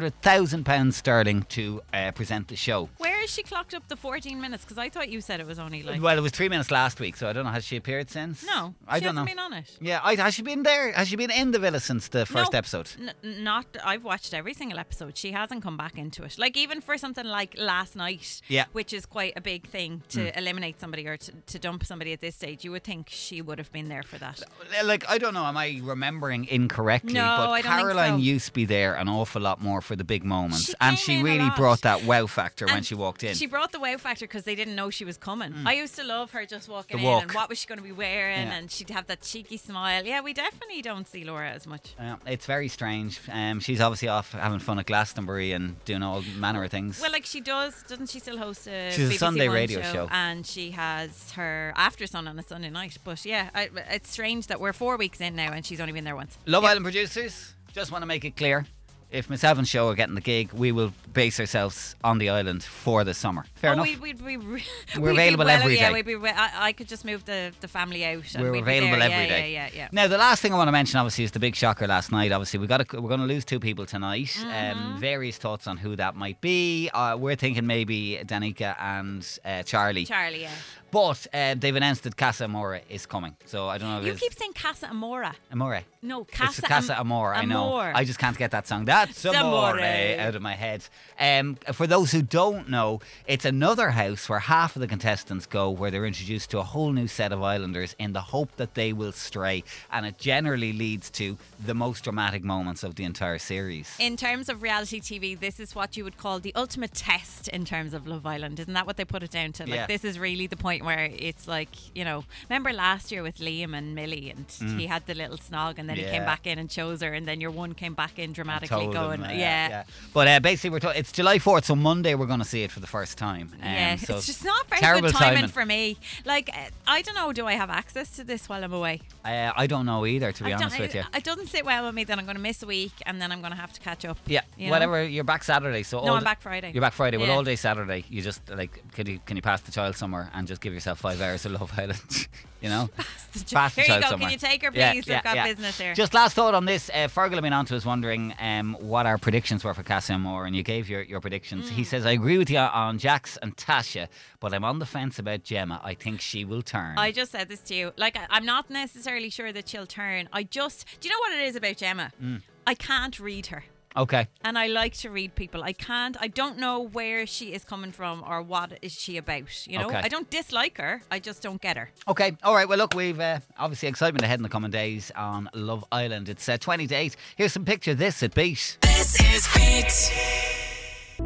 Speaker 5: £600,000 sterling to uh, present the show.
Speaker 4: Where is she clocked up the 14 minutes? Because I thought you said it was only like.
Speaker 5: Well, it was three minutes last week, so I don't know. Has she appeared since?
Speaker 4: No,
Speaker 5: I
Speaker 4: she
Speaker 5: don't know.
Speaker 4: hasn't been on it.
Speaker 5: yeah, I, has she been there? Has she been in the villa since the first
Speaker 4: No,
Speaker 5: episode?
Speaker 4: N- n- not. I've watched every single episode. She hasn't come back into it. Like even for something like last night,
Speaker 5: Yeah. Mm.
Speaker 4: which is quite a big thing to eliminate somebody or to, to dump somebody at this stage. You would think she would have been there for that.
Speaker 5: Like I don't know, am I remembering incorrectly?
Speaker 4: No,
Speaker 5: but
Speaker 4: I don't think
Speaker 5: Caroline
Speaker 4: so.
Speaker 5: used to be there an awful lot more for the big moments,
Speaker 4: She came
Speaker 5: and she
Speaker 4: in a
Speaker 5: really
Speaker 4: lot.
Speaker 5: brought that wow factor when
Speaker 4: And
Speaker 5: she walked in. Mm.
Speaker 4: She brought the wow factor because they didn't know she was coming. I used to love her just walking
Speaker 5: The
Speaker 4: in
Speaker 5: walk.
Speaker 4: and what was she going to be wearing,
Speaker 5: Yeah.
Speaker 4: and she'd have that cheeky smile. Yeah, we definitely don't see Laura as much.
Speaker 5: Yeah, it's very strange. Um, she's obviously off having fun at Glastonbury and doing all manner of things.
Speaker 4: Well, like she does, doesn't she still host uh, a
Speaker 5: She's a
Speaker 4: BBC
Speaker 5: Sunday
Speaker 4: One
Speaker 5: radio show.
Speaker 4: and she has her after sun on a Sunday night. But yeah, I, it's strange that we're four weeks in now and she's only been there once.
Speaker 5: Love Island producers, just want to make it clear: if Miss Evans show are getting the gig, we will base ourselves on the island for the summer. Fair
Speaker 4: Oh,
Speaker 5: enough.
Speaker 4: we, we'd be, re-
Speaker 5: We're
Speaker 4: we'd be
Speaker 5: available
Speaker 4: well,
Speaker 5: every
Speaker 4: yeah,
Speaker 5: day.
Speaker 4: We'd be, well- I, I could just move the, the family out. And
Speaker 5: We're
Speaker 4: we'd
Speaker 5: available
Speaker 4: be
Speaker 5: every
Speaker 4: there.
Speaker 5: day.
Speaker 4: yeah, Yeah, yeah, yeah.
Speaker 5: Now, the last thing I want to mention, obviously, is the big shocker last night. Obviously, we got to, we're going to lose two people tonight. Um,
Speaker 4: Mm-hmm.
Speaker 5: various thoughts on who that might be. Uh, we're thinking maybe Danica and uh, Charlie.
Speaker 4: Charlie, yeah.
Speaker 5: but uh, they've announced that Casa Amora is coming. So I don't know. If
Speaker 4: You
Speaker 5: it's
Speaker 4: keep saying Casa Amora.
Speaker 5: Amore.
Speaker 4: No,
Speaker 5: it's
Speaker 4: Casa
Speaker 5: Casa
Speaker 4: Am-
Speaker 5: Amor. I know.
Speaker 4: Amor.
Speaker 5: I just can't get that song. That's Amore
Speaker 4: Amore.
Speaker 5: out of my head. Um, for those who don't know, it's another house where half of the contestants go, where they're introduced to a whole new set of islanders in the hope that they will stray, and it generally leads to the most dramatic moments of the entire series.
Speaker 4: In terms of reality TV, this is what you would call the ultimate test in terms of Love Island. Isn't that what they put it down to? Like,
Speaker 5: Yeah.
Speaker 4: this is really the point where it's like, you know, remember last year with Liam and Millie, and he had the little snog, and then he
Speaker 5: Mm. Yeah.
Speaker 4: came back in and chose her, and then your one came back in dramatically
Speaker 5: Told them,
Speaker 4: going,
Speaker 5: uh,
Speaker 4: yeah. yeah.
Speaker 5: But uh, basically, we're ta- it's July 4th, so Monday we're going to see it for the first time. Um, so
Speaker 4: it's just not very
Speaker 5: terrible
Speaker 4: good timing,
Speaker 5: timing.
Speaker 4: for me. Like, uh, I don't know, do I have access to this while I'm away?
Speaker 5: Uh, I don't know either, to be
Speaker 4: I don't-
Speaker 5: honest with you.
Speaker 4: I- It doesn't sit well with me that I'm going to miss a week and then I'm going to have to catch up.
Speaker 5: Yeah,
Speaker 4: you know?
Speaker 5: whatever. You're back Saturday, so
Speaker 4: No,
Speaker 5: all
Speaker 4: I'm back Friday.
Speaker 5: You're back Friday. Well,
Speaker 4: Yeah.
Speaker 5: all day Saturday, you just like, can you can you pass the child somewhere and just give yourself five hours of Love Island? you know, pass
Speaker 4: the child- Here you go, can you take her, please? I've got business here.
Speaker 5: Just last thought on this. Uh, Fergal Aminon was wondering um, what our predictions were for Cassie and Moore, and you gave your your predictions.
Speaker 4: Mm.
Speaker 5: He says, "I agree with you on Jax and Tasha, but I'm on the fence about Gemma. I think she will turn."
Speaker 4: I just said this to you. Like, I, I'm not necessarily sure that she'll turn. I just, do you know what it is about Gemma?
Speaker 5: Mm.
Speaker 4: I can't read her.
Speaker 5: okay.
Speaker 4: And I like to read people. I can't, I don't know where she is coming from or what is she about. You know,
Speaker 5: Okay.
Speaker 4: I don't dislike her. I just don't get her.
Speaker 5: Okay, all right. Well, look, we've uh, obviously excitement ahead in the coming days on Love Island. It's uh, 20 to 8. Here's some picture of this at Beat.
Speaker 1: This is Beat.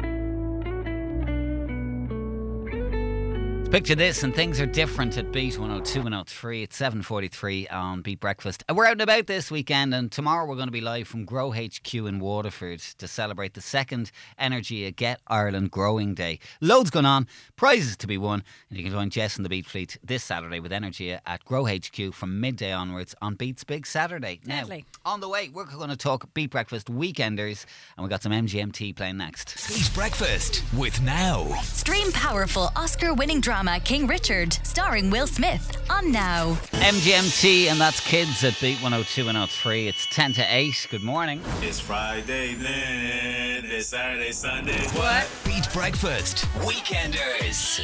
Speaker 5: Picture this, and things are different at Beat 102 103. It's 7.43 on Beat Breakfast. Uh, We're out and about this weekend, and tomorrow we're going to be live from Grow HQ in Waterford to celebrate the second Energy Get Ireland Growing Day. Loads going on, prizes to be won, and you can join Jess and the Beat Fleet this Saturday with Energy at Grow HQ from midday onwards on Beat's Big Saturday.
Speaker 4: Deadly.
Speaker 5: Now, on the way, we're going to talk Beat Breakfast Weekenders, and we've got some MGMT playing next.
Speaker 2: Beat Breakfast with Now.
Speaker 3: Stream powerful Oscar winning drama drama King Richard, starring Will Smith, on now.
Speaker 5: MGMT, and that's Kids at Beat 102 and 103. It's 10 to 8. Good morning.
Speaker 8: It's Friday, then it's Saturday, Sunday. What?
Speaker 2: Beat Breakfast. Weekenders.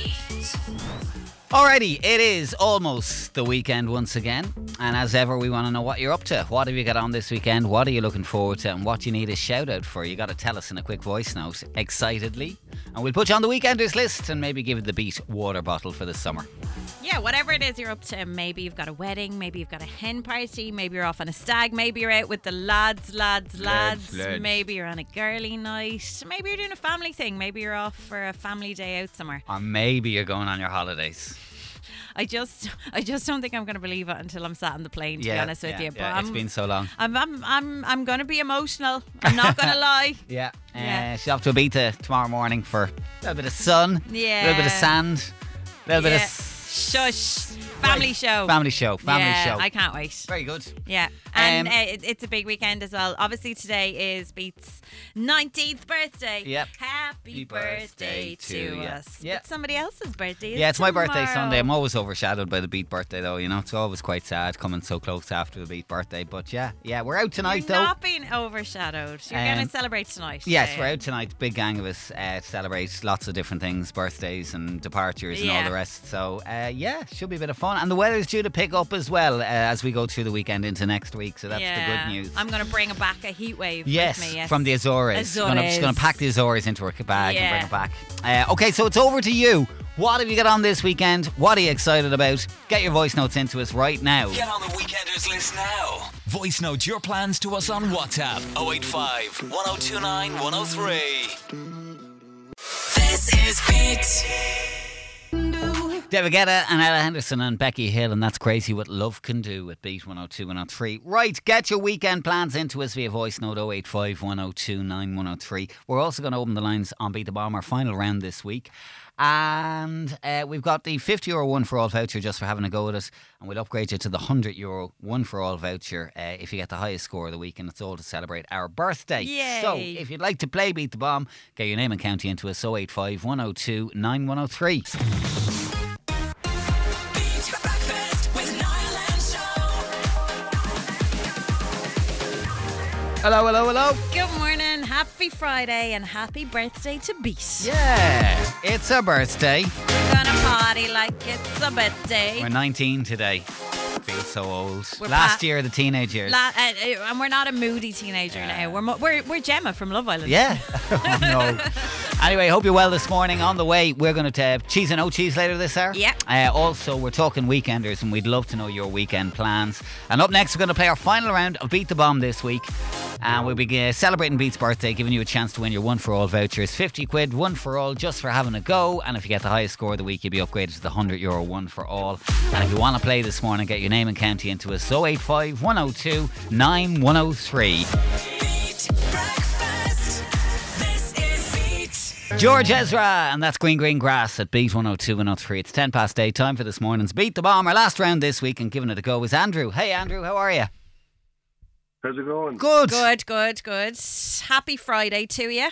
Speaker 5: Alrighty, it is almost the weekend once again. And as ever, we want to know what you're up to. What have you got on this weekend? What are you looking forward to? And what do you need a shout out for? You got to tell us in a quick voice note, excitedly. And we'll put you on the weekenders list and maybe give it the beat water bottle for the summer.
Speaker 4: Yeah, whatever it is you're up to. Maybe you've got a wedding, maybe you've got a hen party, maybe you're off on a stag, maybe you're out with the lads, lads, lads.
Speaker 5: Lads, lads.
Speaker 4: Maybe you're on a girly night, maybe you're doing a family thing, maybe you're off for a family day out somewhere.
Speaker 5: Or maybe you're going on your holidays.
Speaker 4: I just, I just don't think I'm going to believe it until I'm sat on the plane. To be
Speaker 5: Yeah,
Speaker 4: honest with
Speaker 5: yeah,
Speaker 4: you, but
Speaker 5: yeah,
Speaker 4: I'm,
Speaker 5: it's been so long.
Speaker 4: I'm, I'm, I'm, I'm going to be emotional. I'm not going to lie.
Speaker 5: Yeah. Uh,
Speaker 4: Yeah.
Speaker 5: She's off to Ibiza tomorrow morning for a little bit of sun, a little bit
Speaker 4: Yeah.
Speaker 5: of sand, a little bit of
Speaker 4: Yeah.
Speaker 5: s-
Speaker 4: Shush. Family show.
Speaker 5: family show. Family
Speaker 4: yeah,
Speaker 5: show.
Speaker 4: I can't wait.
Speaker 5: Very good.
Speaker 4: Yeah, and
Speaker 5: Um,
Speaker 4: uh, it, it's a big weekend as well. Obviously, today is Beat's 19th birthday.
Speaker 5: Yep.
Speaker 4: Happy
Speaker 5: Happy
Speaker 4: birthday,
Speaker 5: birthday to
Speaker 4: to
Speaker 5: ya.
Speaker 4: us.
Speaker 5: Yeah.
Speaker 4: But somebody else's birthday. is
Speaker 5: Yeah, it's my birthday
Speaker 4: tomorrow.
Speaker 5: Sunday. I'm always overshadowed by the beat birthday, though. You know, it's always quite sad coming so close after the beat birthday. But yeah, yeah, we're out tonight,
Speaker 4: You're
Speaker 5: though.
Speaker 4: not being overshadowed. You're going
Speaker 5: Um,
Speaker 4: to celebrate tonight.
Speaker 5: Yes,
Speaker 4: Uh,
Speaker 5: we're out tonight. Big gang of us uh, to celebrate lots of different things, birthdays and departures and all
Speaker 4: Yeah.
Speaker 5: the rest. So uh, yeah, should be a bit of fun. And the weather's due to pick up as well uh, as we go through the weekend into next week. So that's
Speaker 4: yeah.
Speaker 5: the good news.
Speaker 4: I'm going to bring back a heat wave. with
Speaker 5: Yes,
Speaker 4: me,
Speaker 5: from the Azores. Gonna, just going
Speaker 4: Azores.
Speaker 5: to pack the Azores into her bag
Speaker 4: Yeah.
Speaker 5: and bring it back. Uh, okay, so it's over to you. What have you got on this weekend? What are you excited about? Get your voice notes into us right now.
Speaker 2: Get on the Weekenders list now. Voice note your plans to us on WhatsApp 085 1029 103.
Speaker 1: This is Beat.
Speaker 5: David Guetta and Ella Henderson and Becky Hill, and that's crazy what love can do at Beat 102 103. Right, get your weekend plans into us via voice note 085 102 9103. We're also going to open the lines on Beat the Bomb, our final round this week. And uh, we've got the 50 euro one for all voucher just for having a go at us, and we'll upgrade you to the 100 euro one for all voucher uh, if you get the highest score of the week, and it's all to celebrate our birthday. So
Speaker 4: Yay.
Speaker 5: if you'd like to play Beat the Bomb, get your name and county into us 085 102 9103.
Speaker 1: Beat Breakfast with Niall and Show.
Speaker 5: Hello, hello, hello.
Speaker 4: Good morning. Happy Friday and happy birthday to Beat.
Speaker 5: Yeah, it's her birthday.
Speaker 4: We're going to party like it's a birthday.
Speaker 5: We're 19 today. Feel so old.
Speaker 4: We're
Speaker 5: Last
Speaker 4: pa-
Speaker 5: year, the teenage years.
Speaker 4: La- uh, uh, and we're not a moody teenager now. We're, mo- we're we're Gemma from Love Island.
Speaker 5: yeah. oh, no. Anyway, hope you're well this morning. On the way, we're going to cheese and no cheese later this hour.
Speaker 4: Yeah.
Speaker 5: Uh, also, we're talking weekenders, and we'd love to know your weekend plans. And up next, we're going to play our final round of Beat the Bomb this week. And we'll be uh, celebrating Beat's birthday, giving you a chance to win your one for all vouchers. 50 quid, one for all, just for having a go. And if you get the highest score of the week, you'll be upgraded to the 100 euro one for all. And if you want to play this morning, get your name and county into us 085 102 9103.
Speaker 1: Beat Breakfast. This is Beat.
Speaker 5: George Ezra, and that's Green Green Grass at Beat 102 103. It's 10 past 8, time for this morning's Beat the Bomb. Our last round this week, and giving it a go is Andrew. Hey, Andrew, how are you?
Speaker 8: How's it going?
Speaker 5: Good.
Speaker 4: Good, good, good. Happy Friday to you,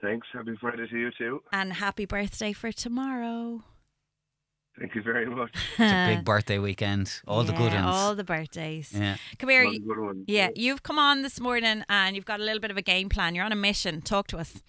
Speaker 8: Thanks. Happy Friday to you too.
Speaker 4: and happy birthday for tomorrow.
Speaker 8: Thank you very much.
Speaker 5: It's a big birthday weekend. All the good ones.
Speaker 4: All the birthdays.
Speaker 5: yeah.
Speaker 4: Come here.
Speaker 8: Lots of good ones.
Speaker 4: Yeah, you've come on this morning and you've got a little bit of a game plan. You're on a mission. Talk to us.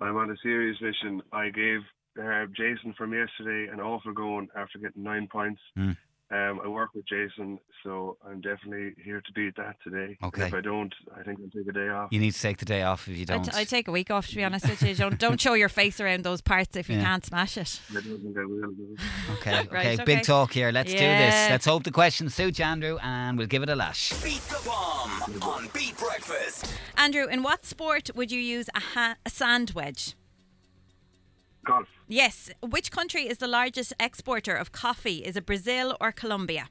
Speaker 8: I'm on a serious mission. I gave uh, Jason from yesterday an awful going after getting nine points.
Speaker 5: Mm.
Speaker 8: Um, I work with Jason, so I'm definitely here to beat that today. And
Speaker 5: Okay.
Speaker 8: If I don't, I think I'll take a day off.
Speaker 5: You need to take the day off if you
Speaker 4: I
Speaker 5: don't.
Speaker 4: t- I take a week off, to be honest with you. Don't, don't show your face around those parts if you
Speaker 5: Yeah.
Speaker 4: can't smash it.
Speaker 8: I don't think I will. though.
Speaker 5: okay, okay,
Speaker 4: Right, okay.
Speaker 5: big talk here. Let's do
Speaker 4: Yeah.
Speaker 5: this. Let's hope the questions suit you, Andrew, and we'll give it a lash.
Speaker 2: Beat the Bomb on Beat Breakfast.
Speaker 4: Andrew, in what sport would you use a, ha- a sand wedge?
Speaker 8: Golf,
Speaker 4: Yes. Which country is the largest exporter of coffee? Is it Brazil or Colombia?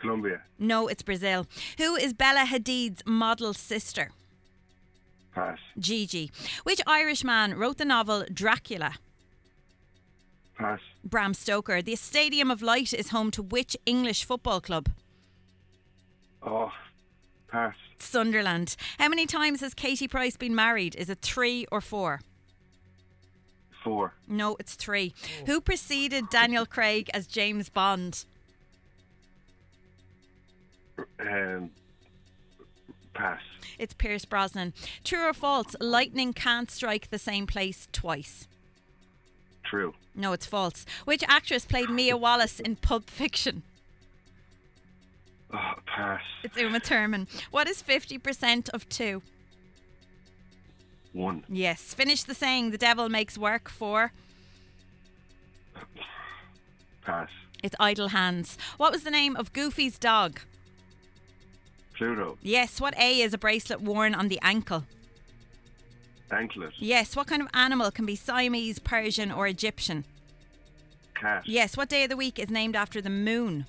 Speaker 8: Colombia,
Speaker 4: No, it's Brazil. Who is Bella Hadid's model sister?
Speaker 8: pass,
Speaker 4: Gigi. Which Irishman wrote the novel Dracula?
Speaker 8: pass,
Speaker 4: Bram Stoker. The Stadium of Light is home to which English football club?
Speaker 8: oh, pass,
Speaker 4: Sunderland. How many times has Katie Price been married? Is it three or four?
Speaker 8: four.
Speaker 4: No, it's three. Who preceded Daniel Craig as James Bond?
Speaker 8: Um, pass.
Speaker 4: It's Pierce Brosnan. True or false? Lightning can't strike the same place twice.
Speaker 8: True.
Speaker 4: No, it's false. Which actress played Mia Wallace in Pulp Fiction?
Speaker 8: Oh, pass.
Speaker 4: It's Uma Thurman. What is 50% of two?
Speaker 8: One.
Speaker 4: Yes. Finish the saying, the devil makes work for.
Speaker 8: Pass.
Speaker 4: It's idle hands. What was the name of Goofy's dog?
Speaker 8: Pluto.
Speaker 4: Yes. What A is a bracelet worn on the ankle?
Speaker 8: Anklet.
Speaker 4: Yes. What kind of animal can be Siamese, Persian, or Egyptian?
Speaker 8: Cat.
Speaker 4: Yes. What day of the week is named after the moon?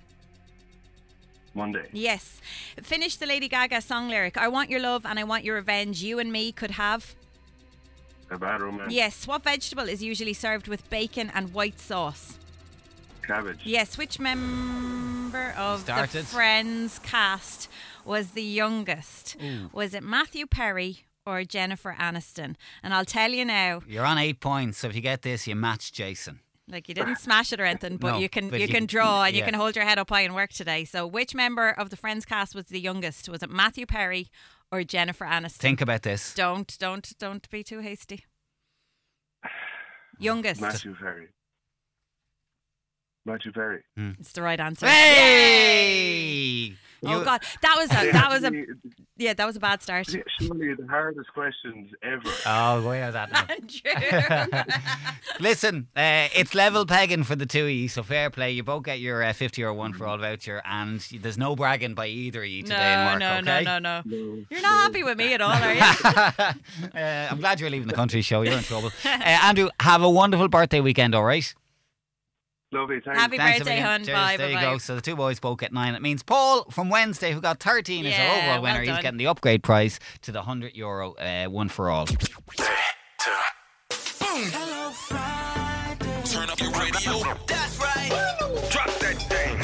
Speaker 8: Monday.
Speaker 4: Yes. Finish the Lady Gaga song lyric I want your love and I want your revenge. You and me could have.
Speaker 8: A bad romance.
Speaker 4: Yes. What vegetable is usually served with bacon and white sauce?
Speaker 8: Cabbage.
Speaker 4: Yes. Which member of the
Speaker 5: Started.
Speaker 4: Friends cast was the youngest? Was it Matthew Perry or Jennifer Aniston? And I'll tell you now,
Speaker 5: You're on eight points, so if you get this, you match Jason.
Speaker 4: like you didn't smash it or anything, but
Speaker 5: No,
Speaker 4: you can
Speaker 5: but
Speaker 4: you
Speaker 5: you-
Speaker 4: can draw and you
Speaker 5: yeah.
Speaker 4: can hold your head up high and work today. So, which member of the Friends cast was the youngest? Was it Matthew Perry or Jennifer Aniston?
Speaker 5: Think about this.
Speaker 4: Don't, don't, don't be too hasty. Youngest.
Speaker 8: Matthew Perry. Matthew Perry.
Speaker 4: It's the right answer.
Speaker 5: Hey!
Speaker 4: Oh
Speaker 5: You-
Speaker 4: god, that was a that was a
Speaker 8: Surely-
Speaker 4: yeah that was a bad start.
Speaker 8: Surely the hardest questions ever.
Speaker 5: Oh, where are that? now?
Speaker 4: Andrew.
Speaker 5: Listen, uh, it's level pegging for the two of you, so fair play. You both get your uh, 50 or 1 for all voucher, and y- there's no bragging by either of you today in
Speaker 4: no,
Speaker 5: work,
Speaker 4: no, no,
Speaker 5: okay?
Speaker 4: no, no. You're not happy with me at all, are you?
Speaker 5: uh, I'm glad you're leaving the country show. You're in trouble. Uh, Andrew, have a wonderful birthday weekend, all right?
Speaker 8: Lovely. Thanks.
Speaker 4: Happy
Speaker 5: Thanks a
Speaker 4: birthday,
Speaker 5: million.
Speaker 4: hun.
Speaker 5: Cheers.
Speaker 4: Bye,
Speaker 5: There
Speaker 4: bye,
Speaker 5: you
Speaker 4: bye.
Speaker 5: go. So the two boys both get nine. It means Paul from Wednesday, who got 13, is our
Speaker 4: Yeah,
Speaker 5: overall
Speaker 4: well
Speaker 5: winner. He's
Speaker 4: done.
Speaker 5: getting the upgrade prize to the 100 euro uh, one for all.
Speaker 2: Turn up your radio. That's right.
Speaker 10: Drop that thing.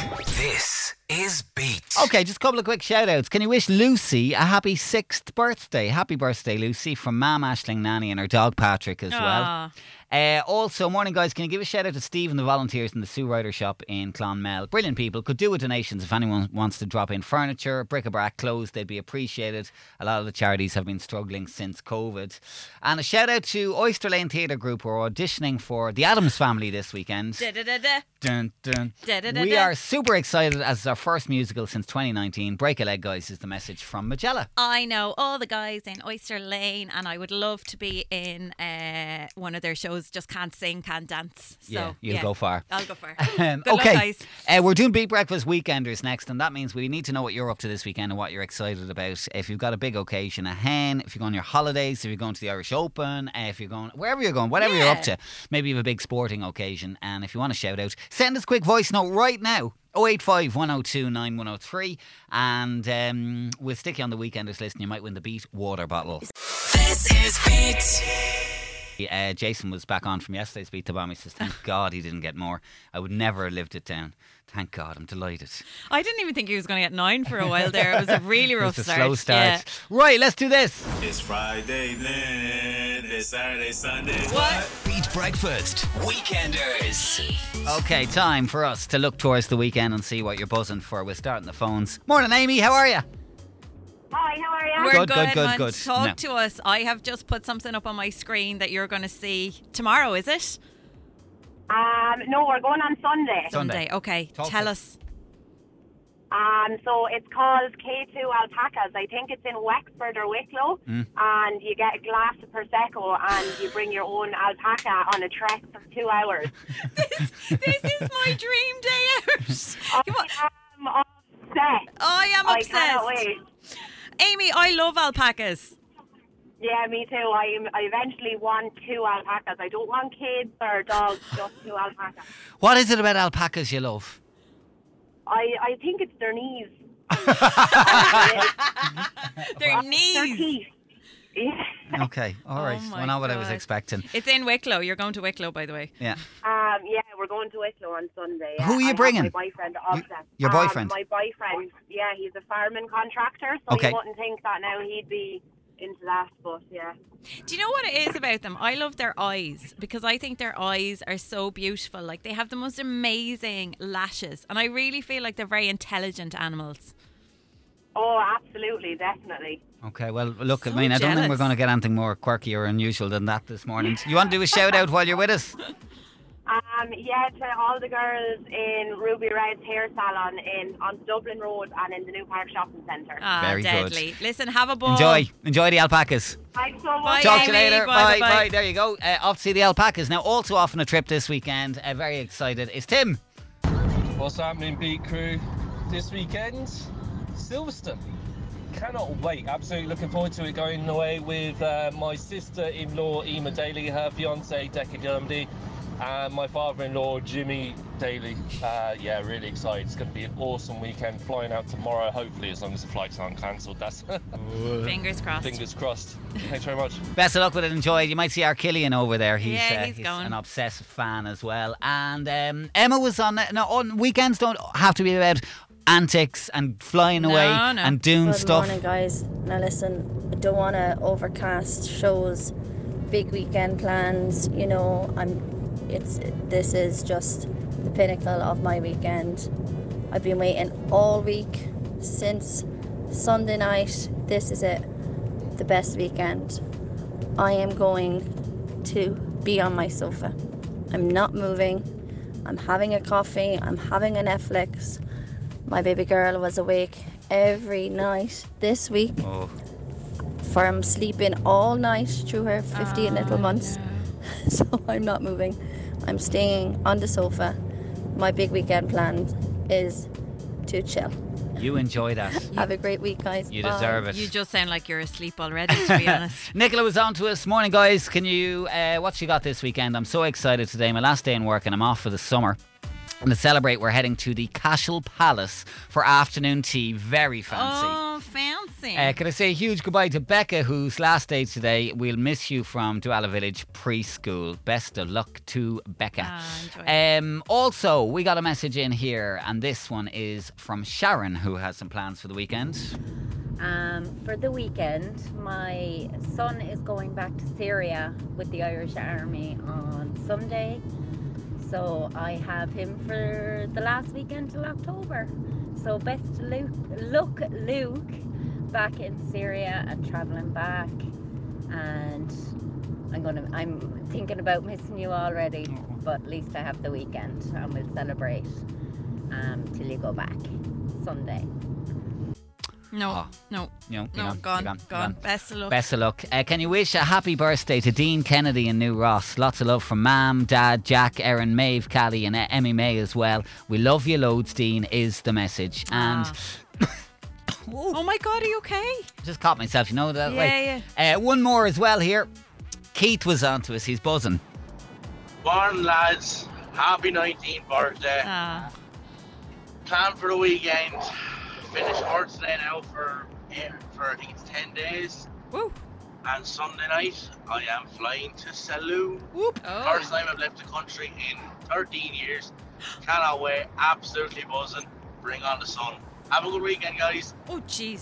Speaker 2: This is Beat.
Speaker 5: Okay, just a couple of quick shout outs. Can you wish Lucy a happy sixth birthday? Happy birthday, Lucy, from Mam Ashling Nanny and her dog Patrick as well.
Speaker 4: Aw.
Speaker 5: Uh, also, morning guys, can you give a shout out to Steve and the volunteers in the Sue Ryder shop in Clonmel? Brilliant people. Could do with donations if anyone wants to drop in furniture, bric-a-brac, clothes. They'd be appreciated. A lot of the charities have been struggling since COVID. And a shout out to Oyster Lane Theatre Group who are auditioning for the Adams Family this weekend.
Speaker 4: Da-da-da-da.
Speaker 5: Dun, dun.
Speaker 4: Da-da-da-da.
Speaker 5: We are super excited as it's our first musical since 2019. Break a leg, guys, is the message from Magella.
Speaker 4: I know all the guys in Oyster Lane, and I would love to be in uh, one of their shows. Just can't sing, can't dance. So,
Speaker 5: Yeah, you'll go far.
Speaker 4: I'll go far.
Speaker 5: Um,
Speaker 4: Good luck,
Speaker 5: okay,
Speaker 4: guys.
Speaker 5: Uh, we're doing Beat Breakfast Weekenders next, and that means we need to know what you're up to this weekend and what you're excited about. If you've got a big occasion, a hen, if you're going on your holidays, if you're going to the Irish Open, uh, if you're going wherever you're going, whatever you're up
Speaker 4: Yeah.
Speaker 5: to, maybe you have a big sporting occasion, and if you want to shout out, send us a quick voice note right now. 085 102 9103 and um, we'll stick you on the weekenders list and you might win the beat water bottle.
Speaker 1: This is Beat.
Speaker 5: Uh, Jason was back on from yesterday's beat the bomb. He says, "Thank God he didn't get more. I would never have lived it down. Thank God, I'm delighted."
Speaker 4: I didn't even think he was going to get nine for a while there. It was a really
Speaker 5: It
Speaker 4: rough
Speaker 5: was a
Speaker 4: start.
Speaker 5: slow
Speaker 4: Yeah.
Speaker 5: start. Right, let's do this.
Speaker 10: It's Friday, then it's Saturday, Sunday.
Speaker 4: What?
Speaker 2: Beat Breakfast. Weekenders.
Speaker 5: Okay, time for us to look towards the weekend and see what you're buzzing for. We're starting the phones. Morning, Amy. How are you?
Speaker 9: Hi, how are you?
Speaker 4: We're
Speaker 5: Good,
Speaker 4: good, good,
Speaker 5: good, good, good.
Speaker 4: Talk
Speaker 5: No.
Speaker 4: to us. I have just put something up on my screen that you're going to see tomorrow, is it?
Speaker 9: Um, no, we're going on Sunday.
Speaker 5: Sunday.
Speaker 4: Okay.
Speaker 5: Talk
Speaker 4: Tell
Speaker 5: to
Speaker 4: us.
Speaker 9: Um, so it's called K2 Alpacas. I think it's in Wexford Uh, or Wicklow. And you get a glass of Prosecco and you bring your own alpaca on a trek for two hours.
Speaker 4: this is my dream day out. You wa-
Speaker 9: I am obsessed.
Speaker 4: I am
Speaker 9: I
Speaker 4: obsessed.
Speaker 9: cannot wait.
Speaker 4: Amy, I love alpacas.
Speaker 9: Yeah, me too. I, am- I eventually want two alpacas. I don't want kids or dogs, just two alpacas.
Speaker 5: What is it about alpacas you love?
Speaker 9: I, I think it's their knees.
Speaker 4: Their
Speaker 9: Their
Speaker 4: knees.
Speaker 9: teeth. Yeah.
Speaker 5: Okay, all right.
Speaker 4: Oh my
Speaker 5: well, not what I was
Speaker 4: God.
Speaker 5: expecting.
Speaker 4: It's in Wicklow. You're going to Wicklow, by the way.
Speaker 5: Yeah.
Speaker 9: Um, yeah, we're going to Wicklow on Sunday. yeah.
Speaker 5: Who are you
Speaker 9: I have
Speaker 5: bringing?
Speaker 9: My boyfriend, Ogden.
Speaker 5: your
Speaker 9: Um,
Speaker 5: boyfriend?
Speaker 9: my boyfriend, yeah, he's a fireman contractor, so
Speaker 5: Okay.
Speaker 9: you wouldn't think that now he'd be into that, but yeah.
Speaker 4: Do you know what it is about them? I love their eyes because I think their eyes are so beautiful. Like they have the most amazing lashes, and I really feel like they're very intelligent animals.
Speaker 9: Oh, absolutely, definitely.
Speaker 5: Okay, well, look, I
Speaker 4: So
Speaker 5: mean, I don't think we're
Speaker 4: jealous.
Speaker 5: going to get anything more quirky or unusual than that this morning. you want to do a shout out while you're with us?
Speaker 9: Um, yeah, to all the girls in Ruby Red's hair salon in on Dublin Road and in the New Park Shopping Centre.
Speaker 4: Ah,
Speaker 5: Very good.
Speaker 4: deadly. Listen, have a ball.
Speaker 5: Enjoy. Enjoy the alpacas.
Speaker 9: Thanks so
Speaker 4: Bye,
Speaker 9: much.
Speaker 5: Talk to you
Speaker 4: Amy.
Speaker 5: later.
Speaker 4: Bye,
Speaker 5: Bye, bye.
Speaker 4: bye, bye.
Speaker 5: There you go. Uh, off to see the alpacas. Now, also off on a trip this weekend. Uh, very excited. It's Tim.
Speaker 11: What's happening, B Crew? This weekend, Silverstone. Cannot wait. Absolutely looking forward to it. Going away with uh, my sister-in-law Emma Daly, her fiance Deca Germany, and my father-in-law Jimmy Daly. Uh, yeah, really excited. It's going to be an awesome weekend. Flying out tomorrow, hopefully, as long as the flights aren't cancelled. That's
Speaker 4: Fingers crossed.
Speaker 11: fingers crossed. Thanks very much.
Speaker 5: Best of luck with it. Enjoy. You might see our Killian over there. He's,
Speaker 4: Yeah,
Speaker 5: uh,
Speaker 4: he's going.
Speaker 5: an obsessive fan as well. And um, Emma was on. No, on weekends don't have to be about antics and flying away
Speaker 4: No, no.
Speaker 5: and doing
Speaker 12: Good
Speaker 5: stuff.
Speaker 12: morning, guys. Now listen, I don't want to overcast shows, big weekend plans. You know, I'm. It's this is just the pinnacle of my weekend. I've been waiting all week since Sunday night. This is it, the best weekend. I am going to be on my sofa. I'm not moving. I'm having a coffee. I'm having a Netflix. My baby girl was awake every night this week
Speaker 5: Oh.
Speaker 12: from sleeping all night through her 15 little months. so I'm not moving. I'm staying on the sofa. My big weekend plan is to chill.
Speaker 5: You enjoy that.
Speaker 12: Have a great week, guys.
Speaker 5: You
Speaker 12: Bye.
Speaker 5: deserve it.
Speaker 4: You just sound like you're asleep already, to be honest.
Speaker 5: Nicola was on to us. Morning, guys. Can you, uh, what you got this weekend? I'm so excited today. My last day in work, and I'm off for the summer. And to celebrate, we're heading to the Cashel Palace for afternoon tea. Very fancy.
Speaker 4: Oh, fancy.
Speaker 5: Uh, can I say a huge goodbye to Becca, whose last day today? We'll miss you from Douala Village Preschool. Best of luck to Becca.
Speaker 4: Ah,
Speaker 5: um, also, we got a message in here, and this one is from Sharon, who has some plans for the weekend.
Speaker 13: Um, for the weekend, my son is going back to Syria with the Irish Army on Sunday. So I have him for the last weekend till October. So best Luke, look, Luke, back in Syria and traveling back. And I'm gonna, I'm thinking about missing you already. But at least I have the weekend, and we'll celebrate um, till you go back Sunday.
Speaker 4: No,
Speaker 5: Oh.
Speaker 4: no,
Speaker 5: No, you're
Speaker 4: no,
Speaker 5: gone,
Speaker 4: gone,
Speaker 5: you're
Speaker 4: gone,
Speaker 5: gone, you're gone.
Speaker 4: Best of luck.
Speaker 5: Best of luck. Uh, can you wish a happy birthday to Dean Kennedy and New Ross? Lots of love from Mam, Dad, Jack, Erin, Maeve, Callie, and uh, Emmy May as well. We love you loads, Dean, is the message. And
Speaker 4: Ah. Oh my God, are you okay?
Speaker 5: just caught myself, you know, that
Speaker 4: Yeah,
Speaker 5: way. Uh, one more as well here. Keith was on to us, he's buzzing.
Speaker 14: Morning, lads. Happy 19th birthday.
Speaker 4: Uh,
Speaker 14: Plan for the weekend. Finish work today now for, eh, for I think it's 10 days.
Speaker 4: Woo.
Speaker 14: And Sunday night, I am flying to Salou.
Speaker 4: Whoop.
Speaker 14: First time I've left the country in 13 years. Cannot wait. Absolutely buzzing. Bring on the sun. Have a good weekend, guys.
Speaker 4: Oh, jeez.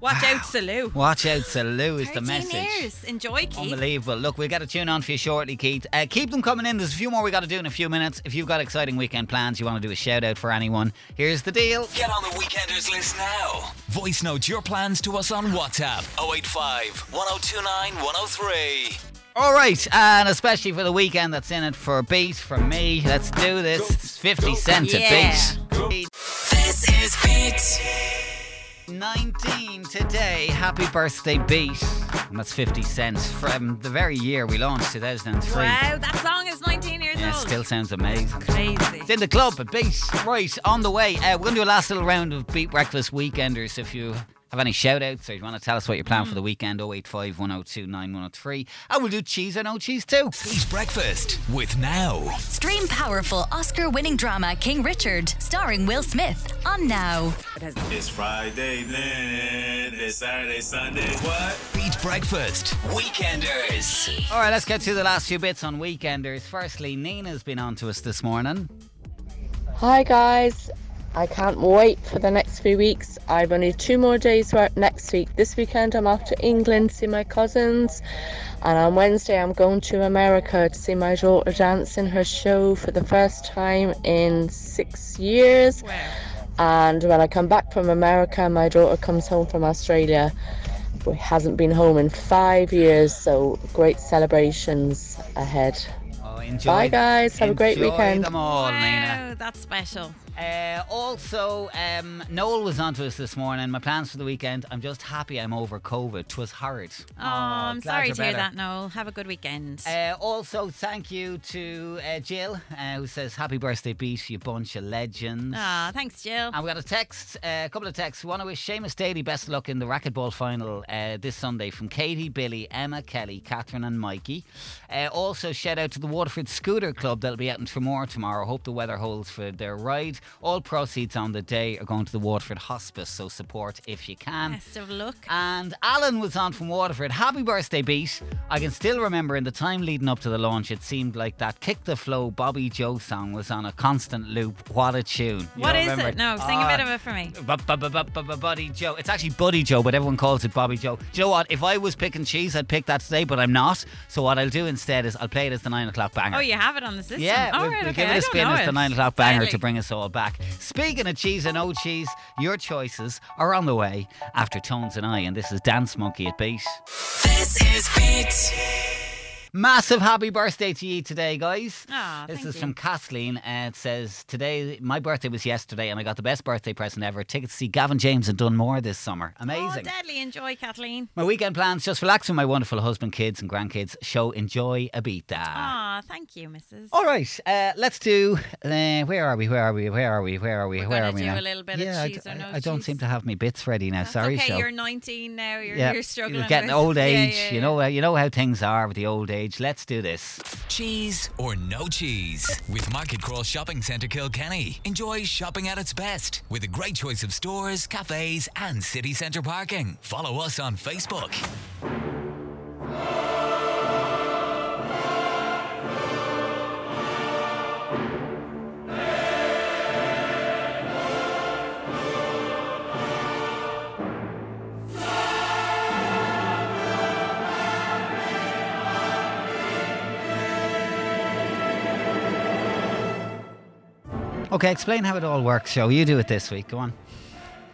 Speaker 4: Watch out, Salou.
Speaker 5: Watch out, Salou is the
Speaker 4: 13
Speaker 5: message.
Speaker 4: years. Enjoy, Keith.
Speaker 5: Unbelievable. Look, we've got to tune on for you shortly, Keith. Uh, keep them coming in. There's a few more we got to do in a few minutes. If you've got exciting weekend plans, you want to do a shout out for anyone, here's the deal.
Speaker 2: Get on the Weekenders list now. Voice note your plans to us on WhatsApp 085 1029 103.
Speaker 5: All right, and especially for the weekend that's in it for Beat, for me, let's do this. It's 50 Cent
Speaker 1: Yeah.
Speaker 5: at Beat.
Speaker 1: This is Beat.
Speaker 5: 19 today. Happy birthday, Beat. And that's 50 Cent from the very year we launched, 2003.
Speaker 4: Wow, that song is 19 years
Speaker 5: Yeah, it
Speaker 4: old.
Speaker 5: still sounds amazing.
Speaker 4: Crazy.
Speaker 5: It's in the club at Beat. Right, on the way. Uh, we're going to do a last little round of Beat Breakfast Weekenders if you. Have any shout outs or you want to tell us what you're planning for the weekend? 085 102 9103. And we'll do cheese or no cheese too.
Speaker 2: Beat Breakfast with Now.
Speaker 3: Stream powerful Oscar winning drama King Richard, starring Will Smith, on Now.
Speaker 10: It's Friday, then it's Saturday, Sunday. What?
Speaker 2: Beat Breakfast. Weekenders.
Speaker 5: All right, let's get to the last few bits on weekenders. Firstly, Nina's been on to us this morning.
Speaker 15: Hi guys, I can't wait for the next few weeks. I've only two more days work next week. This weekend I'm off to England to see my cousins, and on Wednesday I'm going to America to see my daughter dance in her show for the first time in six years. And when I come back from America, my daughter comes home from Australia. We hasn't been home in five years, so great celebrations ahead.
Speaker 5: Oh, Enjoy-
Speaker 15: Bye guys, have a great
Speaker 5: enjoy
Speaker 15: weekend.
Speaker 5: them all, Nina.
Speaker 4: Oh, that's special.
Speaker 5: Uh, also, um, Noel was onto us this morning. My plans for the weekend. I'm just happy I'm over COVID. 'Twas horrid.
Speaker 4: Oh, I'm
Speaker 5: glad
Speaker 4: sorry
Speaker 5: you're
Speaker 4: to hear
Speaker 5: better.
Speaker 4: that, Noel. Have a good weekend.
Speaker 5: Uh, also, thank you to uh, Jill, uh, who says, Happy birthday, Beat, you bunch of legends.
Speaker 4: Ah, thanks, Jill.
Speaker 5: And we got a text, uh, a couple of texts. One to wish Seamus Daly best of luck in the racquetball final uh, this Sunday from Katie, Billy, Emma, Kelly, Catherine, and Mikey. Uh, also, shout out to the Waterford Scooter Club that'll be out in Tremor tomorrow. Hope the weather holds for their ride. All proceeds on the day are going to the Waterford Hospice, so support if you can.
Speaker 4: Best of luck.
Speaker 5: And Alan was on from Waterford. Happy birthday, Beat. I can still remember in the time leading up to the launch, it seemed like that Kick the Flow Bobby Joe song was on a constant loop. What a tune. You
Speaker 4: What is
Speaker 5: remember Ah,
Speaker 4: it? No, sing a bit of it for me.
Speaker 5: Bu- bu- bu- bu- bu- bu- Buddy Joe. It's actually Buddy Joe, but everyone calls it Bobby Joe. Do you know what? If I was picking cheese, I'd pick that today, but I'm not. So what I'll do instead is I'll play it as the nine o'clock banger.
Speaker 4: Oh, you have it on the system.
Speaker 5: Yeah,
Speaker 4: All
Speaker 5: we'll,
Speaker 4: right,
Speaker 5: we'll
Speaker 4: okay.
Speaker 5: give
Speaker 4: I
Speaker 5: it a
Speaker 4: don't
Speaker 5: spin
Speaker 4: know
Speaker 5: as
Speaker 4: it.
Speaker 5: the nine o'clock banger
Speaker 4: Finally.
Speaker 5: to bring us all back. Speaking of cheese and old cheese, your choices are on the way after Tones and I, and this is Dance Monkey at Beat.
Speaker 1: This is Beat.
Speaker 5: Massive happy birthday to you today, guys.
Speaker 1: Aw,
Speaker 5: this
Speaker 1: thank
Speaker 5: is
Speaker 1: you.
Speaker 5: from Kathleen. Uh, it says, Today, my birthday was yesterday, and I got the best birthday present ever tickets to see Gavin James and Dunmore this summer.
Speaker 4: Oh,
Speaker 5: Amazing.
Speaker 4: deadly enjoy, Kathleen.
Speaker 5: my weekend plans just relax with my wonderful husband, kids, and grandkids. Show Enjoy a beat that.
Speaker 4: Ah, thank you, Mrs.
Speaker 5: All right, uh, let's do. Uh, where are we? Where are we? Where are we? Where are we? where
Speaker 4: gonna
Speaker 5: are we
Speaker 4: do
Speaker 5: now?
Speaker 4: a little bit of
Speaker 5: yeah, I
Speaker 4: cheese
Speaker 5: d-
Speaker 4: or no
Speaker 5: I don't seem to have my bits ready now. Sorry,
Speaker 4: okay,
Speaker 5: Sho.
Speaker 4: you're 19 now. You're,
Speaker 5: Yeah,
Speaker 4: you're struggling.
Speaker 5: getting
Speaker 4: with-
Speaker 5: old
Speaker 4: Yeah, yeah,
Speaker 5: age. You know, uh, you know how things are with the old age. Let's do this.
Speaker 2: Cheese or no cheese? With Market Crawl Shopping Centre Kilkenny, enjoy shopping at its best with a great choice of stores, cafes, and city centre parking. Follow us on Facebook.
Speaker 5: Okay, explain how it all works, Show. You do it this week. Go on.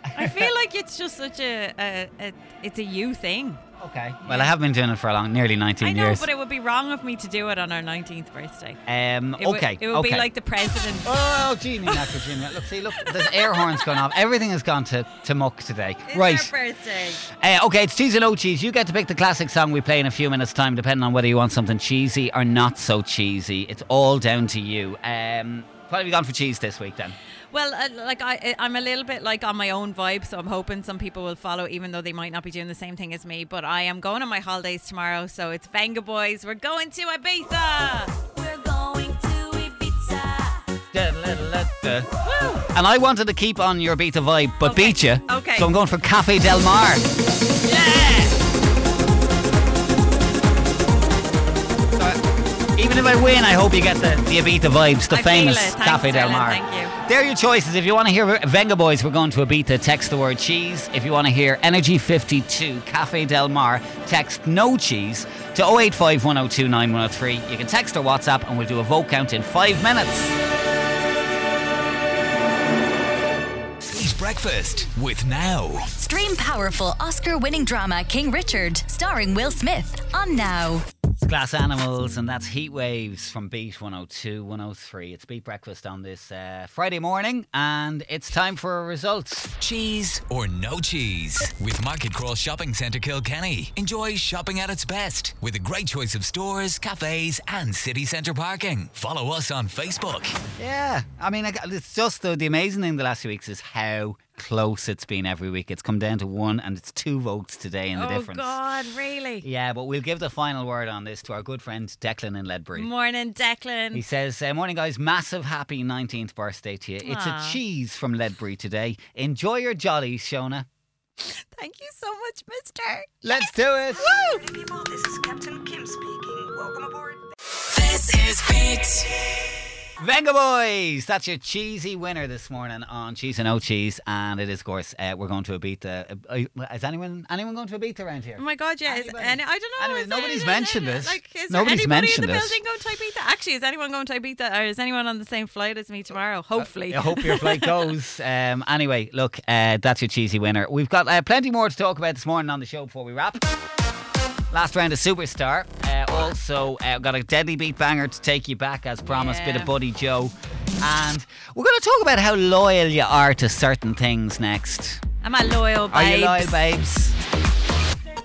Speaker 4: I feel like it's just such a, a, a it's a you thing.
Speaker 5: Okay. Well, I have been doing it for a long, nearly 19
Speaker 4: I know,
Speaker 5: years.
Speaker 4: but it would be wrong of me to do it on our 19th birthday.
Speaker 5: um,
Speaker 4: It would-
Speaker 5: okay.
Speaker 4: it would
Speaker 5: okay.
Speaker 4: be like the president.
Speaker 5: Oh, Jeannie Nacogina. Look, see, look, the air horn's gone off. Everything has gone to, to muck today. right.
Speaker 4: birthday.
Speaker 5: Uh, okay, it's cheese and no cheese. You get to pick the classic song we play in a few minutes' time, depending on whether you want something cheesy or not so cheesy. It's all down to you. Um, what have you gone for cheese this week then?
Speaker 4: Well, uh, like I, I- I'm a little bit like on my own vibe, so I'm hoping some people will follow, even though they might not be doing the same thing as me. But I am going on my holidays tomorrow, so it's Venga Boys. We're going to Ibiza. We're going to Ibiza.
Speaker 5: And I wanted to keep on your Ibiza vibe, but beat you.
Speaker 4: Okay.
Speaker 5: So I'm going for Cafe Del Mar. Yeah. Even if I win, I hope you get the, the Ibiza vibes, the
Speaker 4: I feel
Speaker 5: famous
Speaker 4: it. Thanks,
Speaker 5: Cafe Del
Speaker 4: Dylan.
Speaker 5: Mar.
Speaker 4: Thank you.
Speaker 5: They're your choices. If you want to hear Venga Boys, we're going to Ibiza. Text the word cheese. If you want to hear Energy 52, Cafe Del Mar, text no cheese to 0851029103. You can text or WhatsApp, and we'll do a vote count in five minutes.
Speaker 2: Eat breakfast with Now.
Speaker 3: Stream powerful Oscar winning drama King Richard, starring Will Smith, on Now.
Speaker 5: It's Glass Animals, and that's Heat Waves from Beat 102, 103. It's Beat Breakfast on this uh, Friday morning, and it's time for our results.
Speaker 2: Cheese or no cheese? With Market Crawl Shopping Centre Kilkenny, enjoy shopping at its best with a great choice of stores, cafes, and city centre parking. Follow us on Facebook.
Speaker 5: Yeah, I mean, I g- it's just the, the amazing thing the last few weeks is how close it's been every week. It's come down to one, and it's two votes today in the
Speaker 4: oh
Speaker 5: difference.
Speaker 4: God, really?
Speaker 5: Yeah, but we'll give the final word on this to our good friend Declan in Ledbury.
Speaker 4: Morning, Declan.
Speaker 5: He says, uh, Morning, guys. Massive happy 19th birthday to you. It's
Speaker 4: Aw.
Speaker 5: a cheese from Ledbury today. Enjoy your jolly, Shona.
Speaker 4: Thank you so much, Mister.
Speaker 5: Let's do it.
Speaker 1: people, this is Captain Kim speaking. Welcome aboard. This is Beat.
Speaker 5: Venga boys, that's your cheesy winner this morning on Cheese and No Cheese, and it is, of course, uh, we're going to Ibiza. Uh, uh, Is anyone anyone going to Ibiza around here?
Speaker 4: Oh my god, yeah. Is any, I don't know.
Speaker 5: Anyway,
Speaker 4: is
Speaker 5: nobody's
Speaker 4: anyone-
Speaker 5: mentioned this.
Speaker 4: Like, is
Speaker 5: Nobody's
Speaker 4: there anybody
Speaker 5: mentioned
Speaker 4: in the
Speaker 5: this.
Speaker 4: building going to Ibiza? Actually, is anyone going to Ibiza? Or is anyone on the same flight as me tomorrow? Hopefully.
Speaker 5: Uh, I hope your flight goes. Um, anyway, look, uh, that's your cheesy winner. We've got uh, plenty more to talk about this morning on the show before we wrap. Last round of Superstar. Uh, also, uh, got a deadly beat banger to take you back, as promised. Bit
Speaker 16: Yeah.
Speaker 5: of Buddy Joe. And we're going to talk about how loyal you are to certain things next.
Speaker 4: Am I loyal, babes?
Speaker 5: Are you loyal, babes?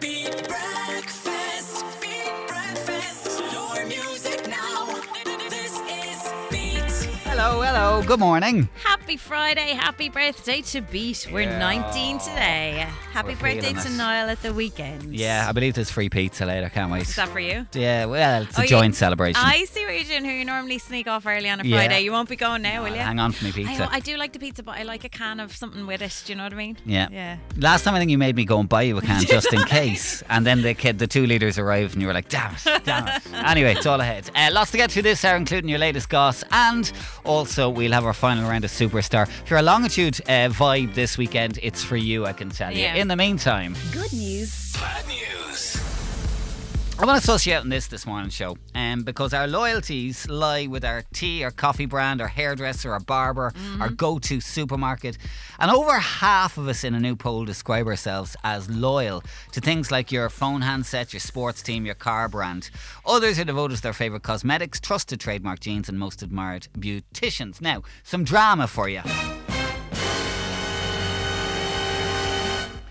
Speaker 1: Beat breakfast, beat breakfast. Your music now. This is beat.
Speaker 5: Hello, hello. Good morning.
Speaker 4: Happy Friday, happy birthday to Beat. We're
Speaker 5: Yeah.
Speaker 4: 19 today. Happy
Speaker 5: We're feeling
Speaker 4: birthday to
Speaker 5: it.
Speaker 4: Niall at the weekend.
Speaker 5: Yeah, I believe there's free pizza later. Can't wait.
Speaker 4: Is that for you?
Speaker 5: Yeah, well, it's
Speaker 4: Oh,
Speaker 5: a
Speaker 4: you-
Speaker 5: joint celebration.
Speaker 4: I see what you're doing here. You normally sneak off early on a
Speaker 5: Yeah.
Speaker 4: Friday. You won't be going now, will you?
Speaker 5: Hang on for me
Speaker 4: I,
Speaker 5: pizza.
Speaker 4: know- I do like the pizza, but I like a can of something with it. Do you know what I mean?
Speaker 5: Yeah.
Speaker 4: Yeah.
Speaker 5: Last time I think you made me go and buy you a can just in case, and then the kid, the two leaders arrived, and you were like, "Damn it, damn it." anyway, it's all ahead. Uh, lots to get through this hour, including your latest goss, and also we'll have our final round of superstar. If you're a longitude uh, vibe this weekend, it's for you. I can tell you.
Speaker 16: Yeah.
Speaker 5: In the meantime,
Speaker 16: Good news. Bad news.
Speaker 5: I want to suss you out on this this morning show, um, because our loyalties lie with our tea or coffee brand, our hairdresser, our barber, our go-to supermarket, and over half of us in a new poll describe ourselves as loyal to things like your phone handset, your sports team, your car brand. Others are devoted to their favourite cosmetics, trusted trademark jeans, and most admired beauticians. Now, some drama for you.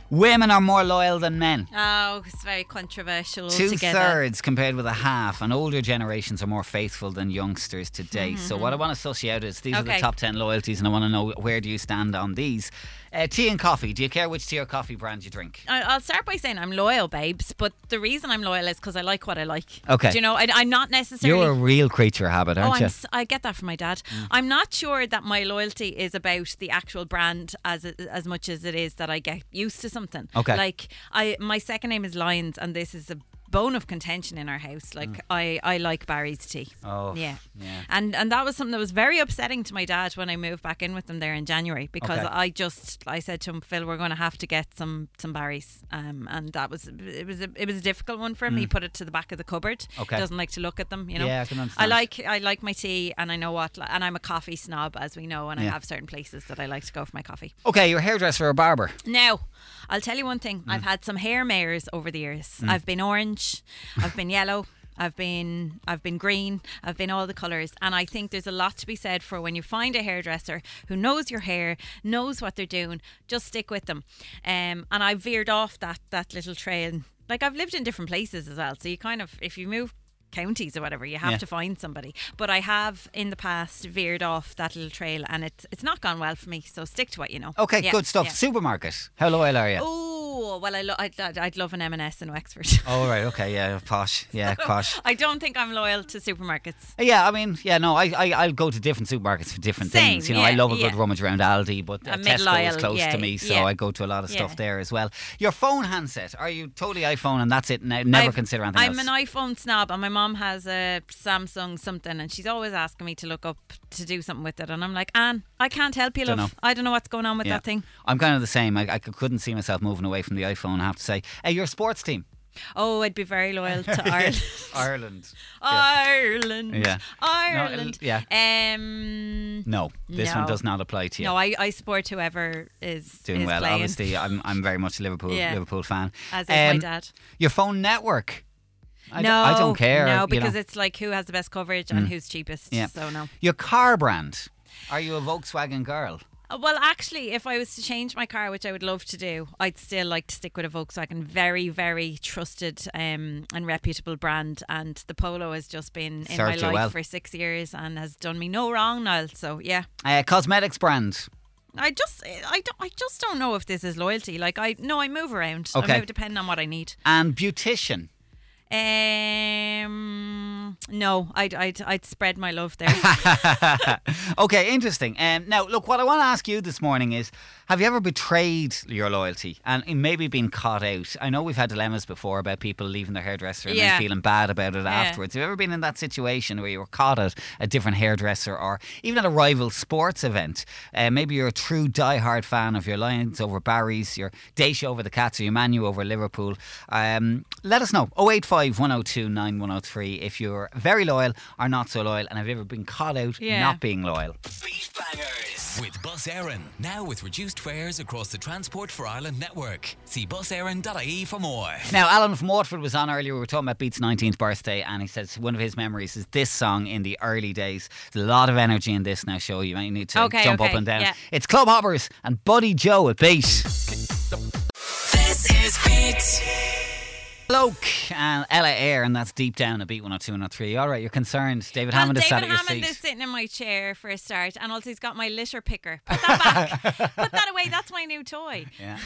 Speaker 5: Women are more loyal than men.
Speaker 4: Oh, it's very controversial
Speaker 5: Two
Speaker 4: altogether.
Speaker 5: thirds compared with a half, and older generations are more faithful than youngsters today. So, what I want to suss you out is these are the
Speaker 4: Mm-hmm. Okay.
Speaker 5: top 10 loyalties, and I want to know where do you stand on these. Uh, tea and coffee. Do you care which tea or coffee brand you drink?
Speaker 4: I- I'll start by saying I'm loyal, babes, but the reason I'm loyal is because I like what I like.
Speaker 5: Okay.
Speaker 4: Do you know, I, I'm not necessarily.
Speaker 5: You're a real creature of habit, aren't Mm.
Speaker 4: oh, I'm,
Speaker 5: you?
Speaker 4: s- I get that from my dad. I'm not sure that my loyalty is about the actual brand as as much as it is that I get used to something.
Speaker 17: Okay.
Speaker 4: Like I, my second name is Lyons, and this is a bone of contention in our house.
Speaker 5: Mm.
Speaker 4: Like I, I like Barry's tea.
Speaker 17: Oh,
Speaker 4: yeah.
Speaker 17: yeah.
Speaker 4: And and that was something that was very upsetting to my dad when I moved back in with them there in January because
Speaker 17: Okay.
Speaker 4: I just I said to him, Phil, we're going to have to get some some Barry's, um, and that was it was a, it was a difficult one for him.
Speaker 5: Mm.
Speaker 4: He put it to the back of the cupboard.
Speaker 5: Okay.
Speaker 4: Doesn't like to look at them, you know.
Speaker 5: Yeah, I can understand.
Speaker 4: like I like my tea, and I know what, and I'm a coffee snob, as we know, and I
Speaker 5: Yeah.
Speaker 4: have certain places that I like to go for my coffee.
Speaker 5: Okay, your hairdresser or barber?
Speaker 4: Now, I'll tell you one thing. I've had some hair mayors over the years.
Speaker 5: Mm.
Speaker 4: I've been orange, I've been yellow, I've been I've been green, I've been all the colours. And I think there's a lot to be said for when you find a hairdresser who knows your hair, knows what they're doing, just stick with them. Um, and I veered off that that little trail. Like I've lived in different places as well. So you kind of if you move counties or whatever, you have
Speaker 17: Yeah.
Speaker 4: to find somebody. But I have in the past veered off that little trail and it's it's not gone well for me. So stick to what you know.
Speaker 5: Okay,
Speaker 4: Yeah,
Speaker 5: good stuff.
Speaker 4: yeah.
Speaker 5: Supermarket. How loyal are you?
Speaker 4: Oh well, I lo- I'd, I'd, I'd love an M&S in Wexford.
Speaker 5: All right, okay, yeah, posh. Yeah, posh.
Speaker 4: I don't think I'm loyal to supermarkets.
Speaker 5: Yeah, I mean, yeah, no, I, I I'll go to different supermarkets for different
Speaker 4: Same,
Speaker 5: things. You know, I
Speaker 4: yeah,
Speaker 5: love a good
Speaker 4: yeah.
Speaker 5: rummage around Aldi, but uh,
Speaker 4: A
Speaker 5: Tesco
Speaker 4: middle
Speaker 5: is
Speaker 4: aisle,
Speaker 5: close
Speaker 4: yeah,
Speaker 5: to me, so
Speaker 4: yeah.
Speaker 5: I go to a lot of
Speaker 4: Yeah.
Speaker 5: stuff there as well. Your phone handset? Are you totally iPhone and that's it? Ne- never
Speaker 4: I've-
Speaker 5: consider anything
Speaker 4: I'm
Speaker 5: else.
Speaker 4: an iPhone snob, and my mom has a Samsung something, and she's always asking me to look up to do something with it, and I'm like, Anne, I can't help you, love.
Speaker 5: Dunno.
Speaker 4: I don't know what's going on with
Speaker 5: Yeah.
Speaker 4: that thing.
Speaker 5: I'm kind of the same. I, I c- couldn't see myself moving away from the iPhone. I have to say. Hey, your sports team,
Speaker 4: Oh, I'd be very loyal to Ireland.
Speaker 5: Ireland.
Speaker 4: Ireland.
Speaker 5: Yeah.
Speaker 4: Ireland.
Speaker 5: No, uh, l-
Speaker 4: Um.
Speaker 5: No, this one does not apply to you.
Speaker 4: No, I, I support whoever is
Speaker 5: Doing
Speaker 4: is
Speaker 5: well,
Speaker 4: playing,
Speaker 5: obviously. I'm I'm very much a Liverpool
Speaker 4: Yeah.
Speaker 5: Liverpool fan.
Speaker 4: As is my
Speaker 5: Um,
Speaker 4: dad.
Speaker 5: Your phone network. I d-
Speaker 4: no,
Speaker 5: I don't care.
Speaker 4: No,
Speaker 5: you
Speaker 4: because
Speaker 5: know.
Speaker 4: it's like who has the best coverage and
Speaker 5: Mm.
Speaker 4: who's cheapest.
Speaker 5: Yeah.
Speaker 4: So no.
Speaker 5: Your car brand. Are you a Volkswagen girl?
Speaker 4: Uh, Well, actually, if I was to change my car, which I would love to do, I'd still like to stick with a Volkswagen. Very, very trusted um, and reputable brand. And the Polo has just been in
Speaker 5: Served
Speaker 4: my life
Speaker 5: you well.
Speaker 4: for six years and has done me no wrong, Niall. So yeah,
Speaker 5: Uh, cosmetics brand.
Speaker 4: I just, eh, I don't, I just don't know if this is loyalty. Like I, no, I move around.
Speaker 5: Okay.
Speaker 4: I move depending on what I need.
Speaker 5: And beautician.
Speaker 4: Um, no, I'd, I'd, I'd spread my love there.
Speaker 5: okay, interesting. Um, now, look, what I want to ask you this morning is have you ever betrayed your loyalty and maybe been caught out? I know we've had dilemmas before about people leaving their hairdresser and
Speaker 17: Yeah.
Speaker 5: then feeling bad about it
Speaker 17: Yeah.
Speaker 5: afterwards. Have you ever been in that situation where you were caught at a different hairdresser or even at a rival sports event? Uh, maybe you're a true diehard fan of your Lions over Barry's, your Dacia over the Cats, or your Manu over Liverpool. Um, let us know 085 102 9103 if you're very loyal or not so loyal and have you ever been caught out
Speaker 2: Yeah.
Speaker 5: not being loyal.
Speaker 2: With Bus Aaron, now with reduced fares across the Transport for Ireland network. See busaaron.ie for more.
Speaker 5: Now, Alan from Waterford was on earlier. We were talking about Beat's 19th birthday, and he says one of his memories is this song in the early days. There's a lot of energy in this now, show. You might need to
Speaker 1: Okay,
Speaker 5: jump up
Speaker 1: okay,
Speaker 5: and down.
Speaker 1: yeah.
Speaker 5: It's Club Hoppers and Buddy Joe at Beat.
Speaker 1: This is Beat.
Speaker 5: Bloke and Ella uh, Air, and that's deep down at Beat 102 103. All right, you're concerned. David
Speaker 4: Well,
Speaker 5: Hammond is
Speaker 4: David
Speaker 5: sat at your
Speaker 4: Hammond
Speaker 5: seat.
Speaker 4: is sitting in my chair for a start, and also he's got my litter picker. Put that back. Put that away. That's my new toy.
Speaker 5: Yeah.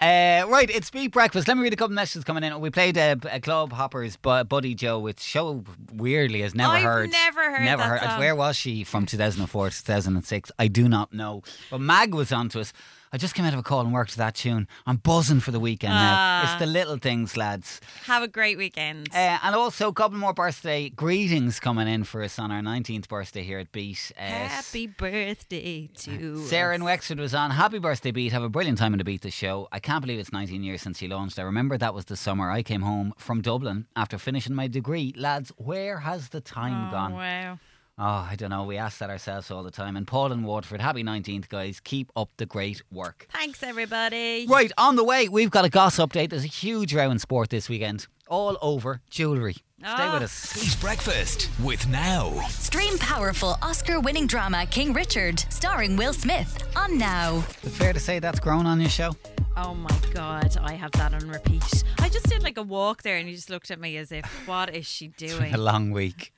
Speaker 5: Uh, right, it's Beat Breakfast. Let me read a couple of messages coming in. We played uh, B- uh, Club Hoppers Bu- Buddy Joe, which show weirdly has never
Speaker 4: I've
Speaker 5: heard.
Speaker 4: never heard
Speaker 5: Never
Speaker 4: that
Speaker 5: heard.
Speaker 4: song.
Speaker 5: Where was she from 2004 to 2006? I do not know. But Mag was on to us. I just came out of a call and worked to that tune. I'm buzzing for the weekend now.
Speaker 4: Ah.
Speaker 5: It's the little things, lads.
Speaker 4: Have a great weekend.
Speaker 5: Uh, and also, a couple more birthday greetings coming in for us on our 19th birthday here at Beat. Uh,
Speaker 4: Happy birthday to
Speaker 5: Sarah
Speaker 4: us.
Speaker 5: in Wexford was on. Happy birthday, Beat. Have a brilliant time in the Beat the show. I can't believe it's 19 years since you launched. I remember that was the summer I came home from Dublin after finishing my degree. Lads, where has the time gone?
Speaker 4: Wow.
Speaker 5: Oh, I don't know. We ask that ourselves all the time. And Paul and Waterford, happy 19th, guys. Keep up the great work.
Speaker 4: Thanks, everybody.
Speaker 5: Right, on the way, we've got a goss update. There's a huge row in sport this weekend, all over jewellery. Stay with us.
Speaker 2: Beat Breakfast with Now.
Speaker 3: Stream powerful Oscar winning drama King Richard, starring Will Smith, on Now.
Speaker 5: Is it fair to say that's grown on your show?
Speaker 4: Oh my God, I have that on repeat. I just did like a walk there and you just looked at me as if, what is she
Speaker 5: It's been
Speaker 4: doing?
Speaker 5: a long week.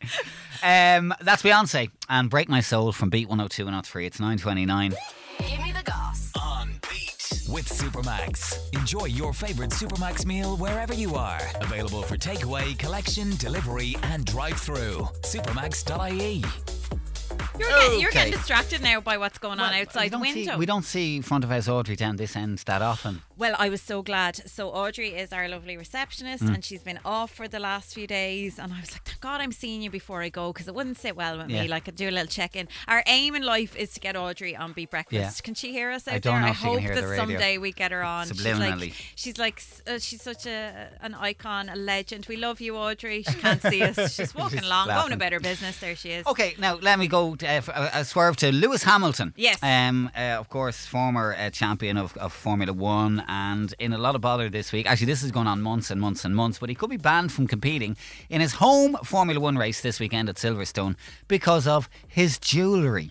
Speaker 5: um, that's Beyonce and Break My Soul from Beat 102 and 103. It's 929.
Speaker 2: Give me the goss. On Beat. With Supermax. Enjoy your favorite Supermax meal wherever you are. Available for takeaway, collection, delivery, and drive through. Supermax.ie.
Speaker 4: You're, getting, you're
Speaker 5: Okay.
Speaker 4: getting distracted now by what's going on outside the
Speaker 5: We don't see-
Speaker 4: window.
Speaker 5: we don't see front of house Audrey down this end that often.
Speaker 4: Well, I was so glad. So Audrey is our lovely receptionist,
Speaker 5: Mm.
Speaker 4: and she's been off for the last few days. And I was like, "Thank God I'm seeing you before I go," because it wouldn't sit well with me.
Speaker 5: Yeah.
Speaker 4: Like, I'd do a little check in. Our aim in life is to get Audrey on Be Breakfast.
Speaker 5: Yeah.
Speaker 4: Can she hear us out
Speaker 5: I don't
Speaker 4: there?
Speaker 5: know
Speaker 4: I
Speaker 5: if she can
Speaker 4: hope
Speaker 5: hear
Speaker 4: that
Speaker 5: the radio.
Speaker 4: someday we get her on.
Speaker 5: Subliminally.
Speaker 4: She's like, she's like, uh, she's such a an icon, a legend. We love you, Audrey. She can't see us. She's walking
Speaker 5: She's
Speaker 4: along,
Speaker 5: laughing. Oh.
Speaker 4: going about her business. There she is.
Speaker 5: Okay, now let me go to, uh, f- uh, uh, swerve to Lewis Hamilton.
Speaker 4: Yes.
Speaker 5: Um, uh, of course, former uh, champion of, of Formula One and in a lot of bother this week. Actually, this has gone on months and months and months, but he could be banned from competing in his home Formula One race this weekend at Silverstone because of his jewellery.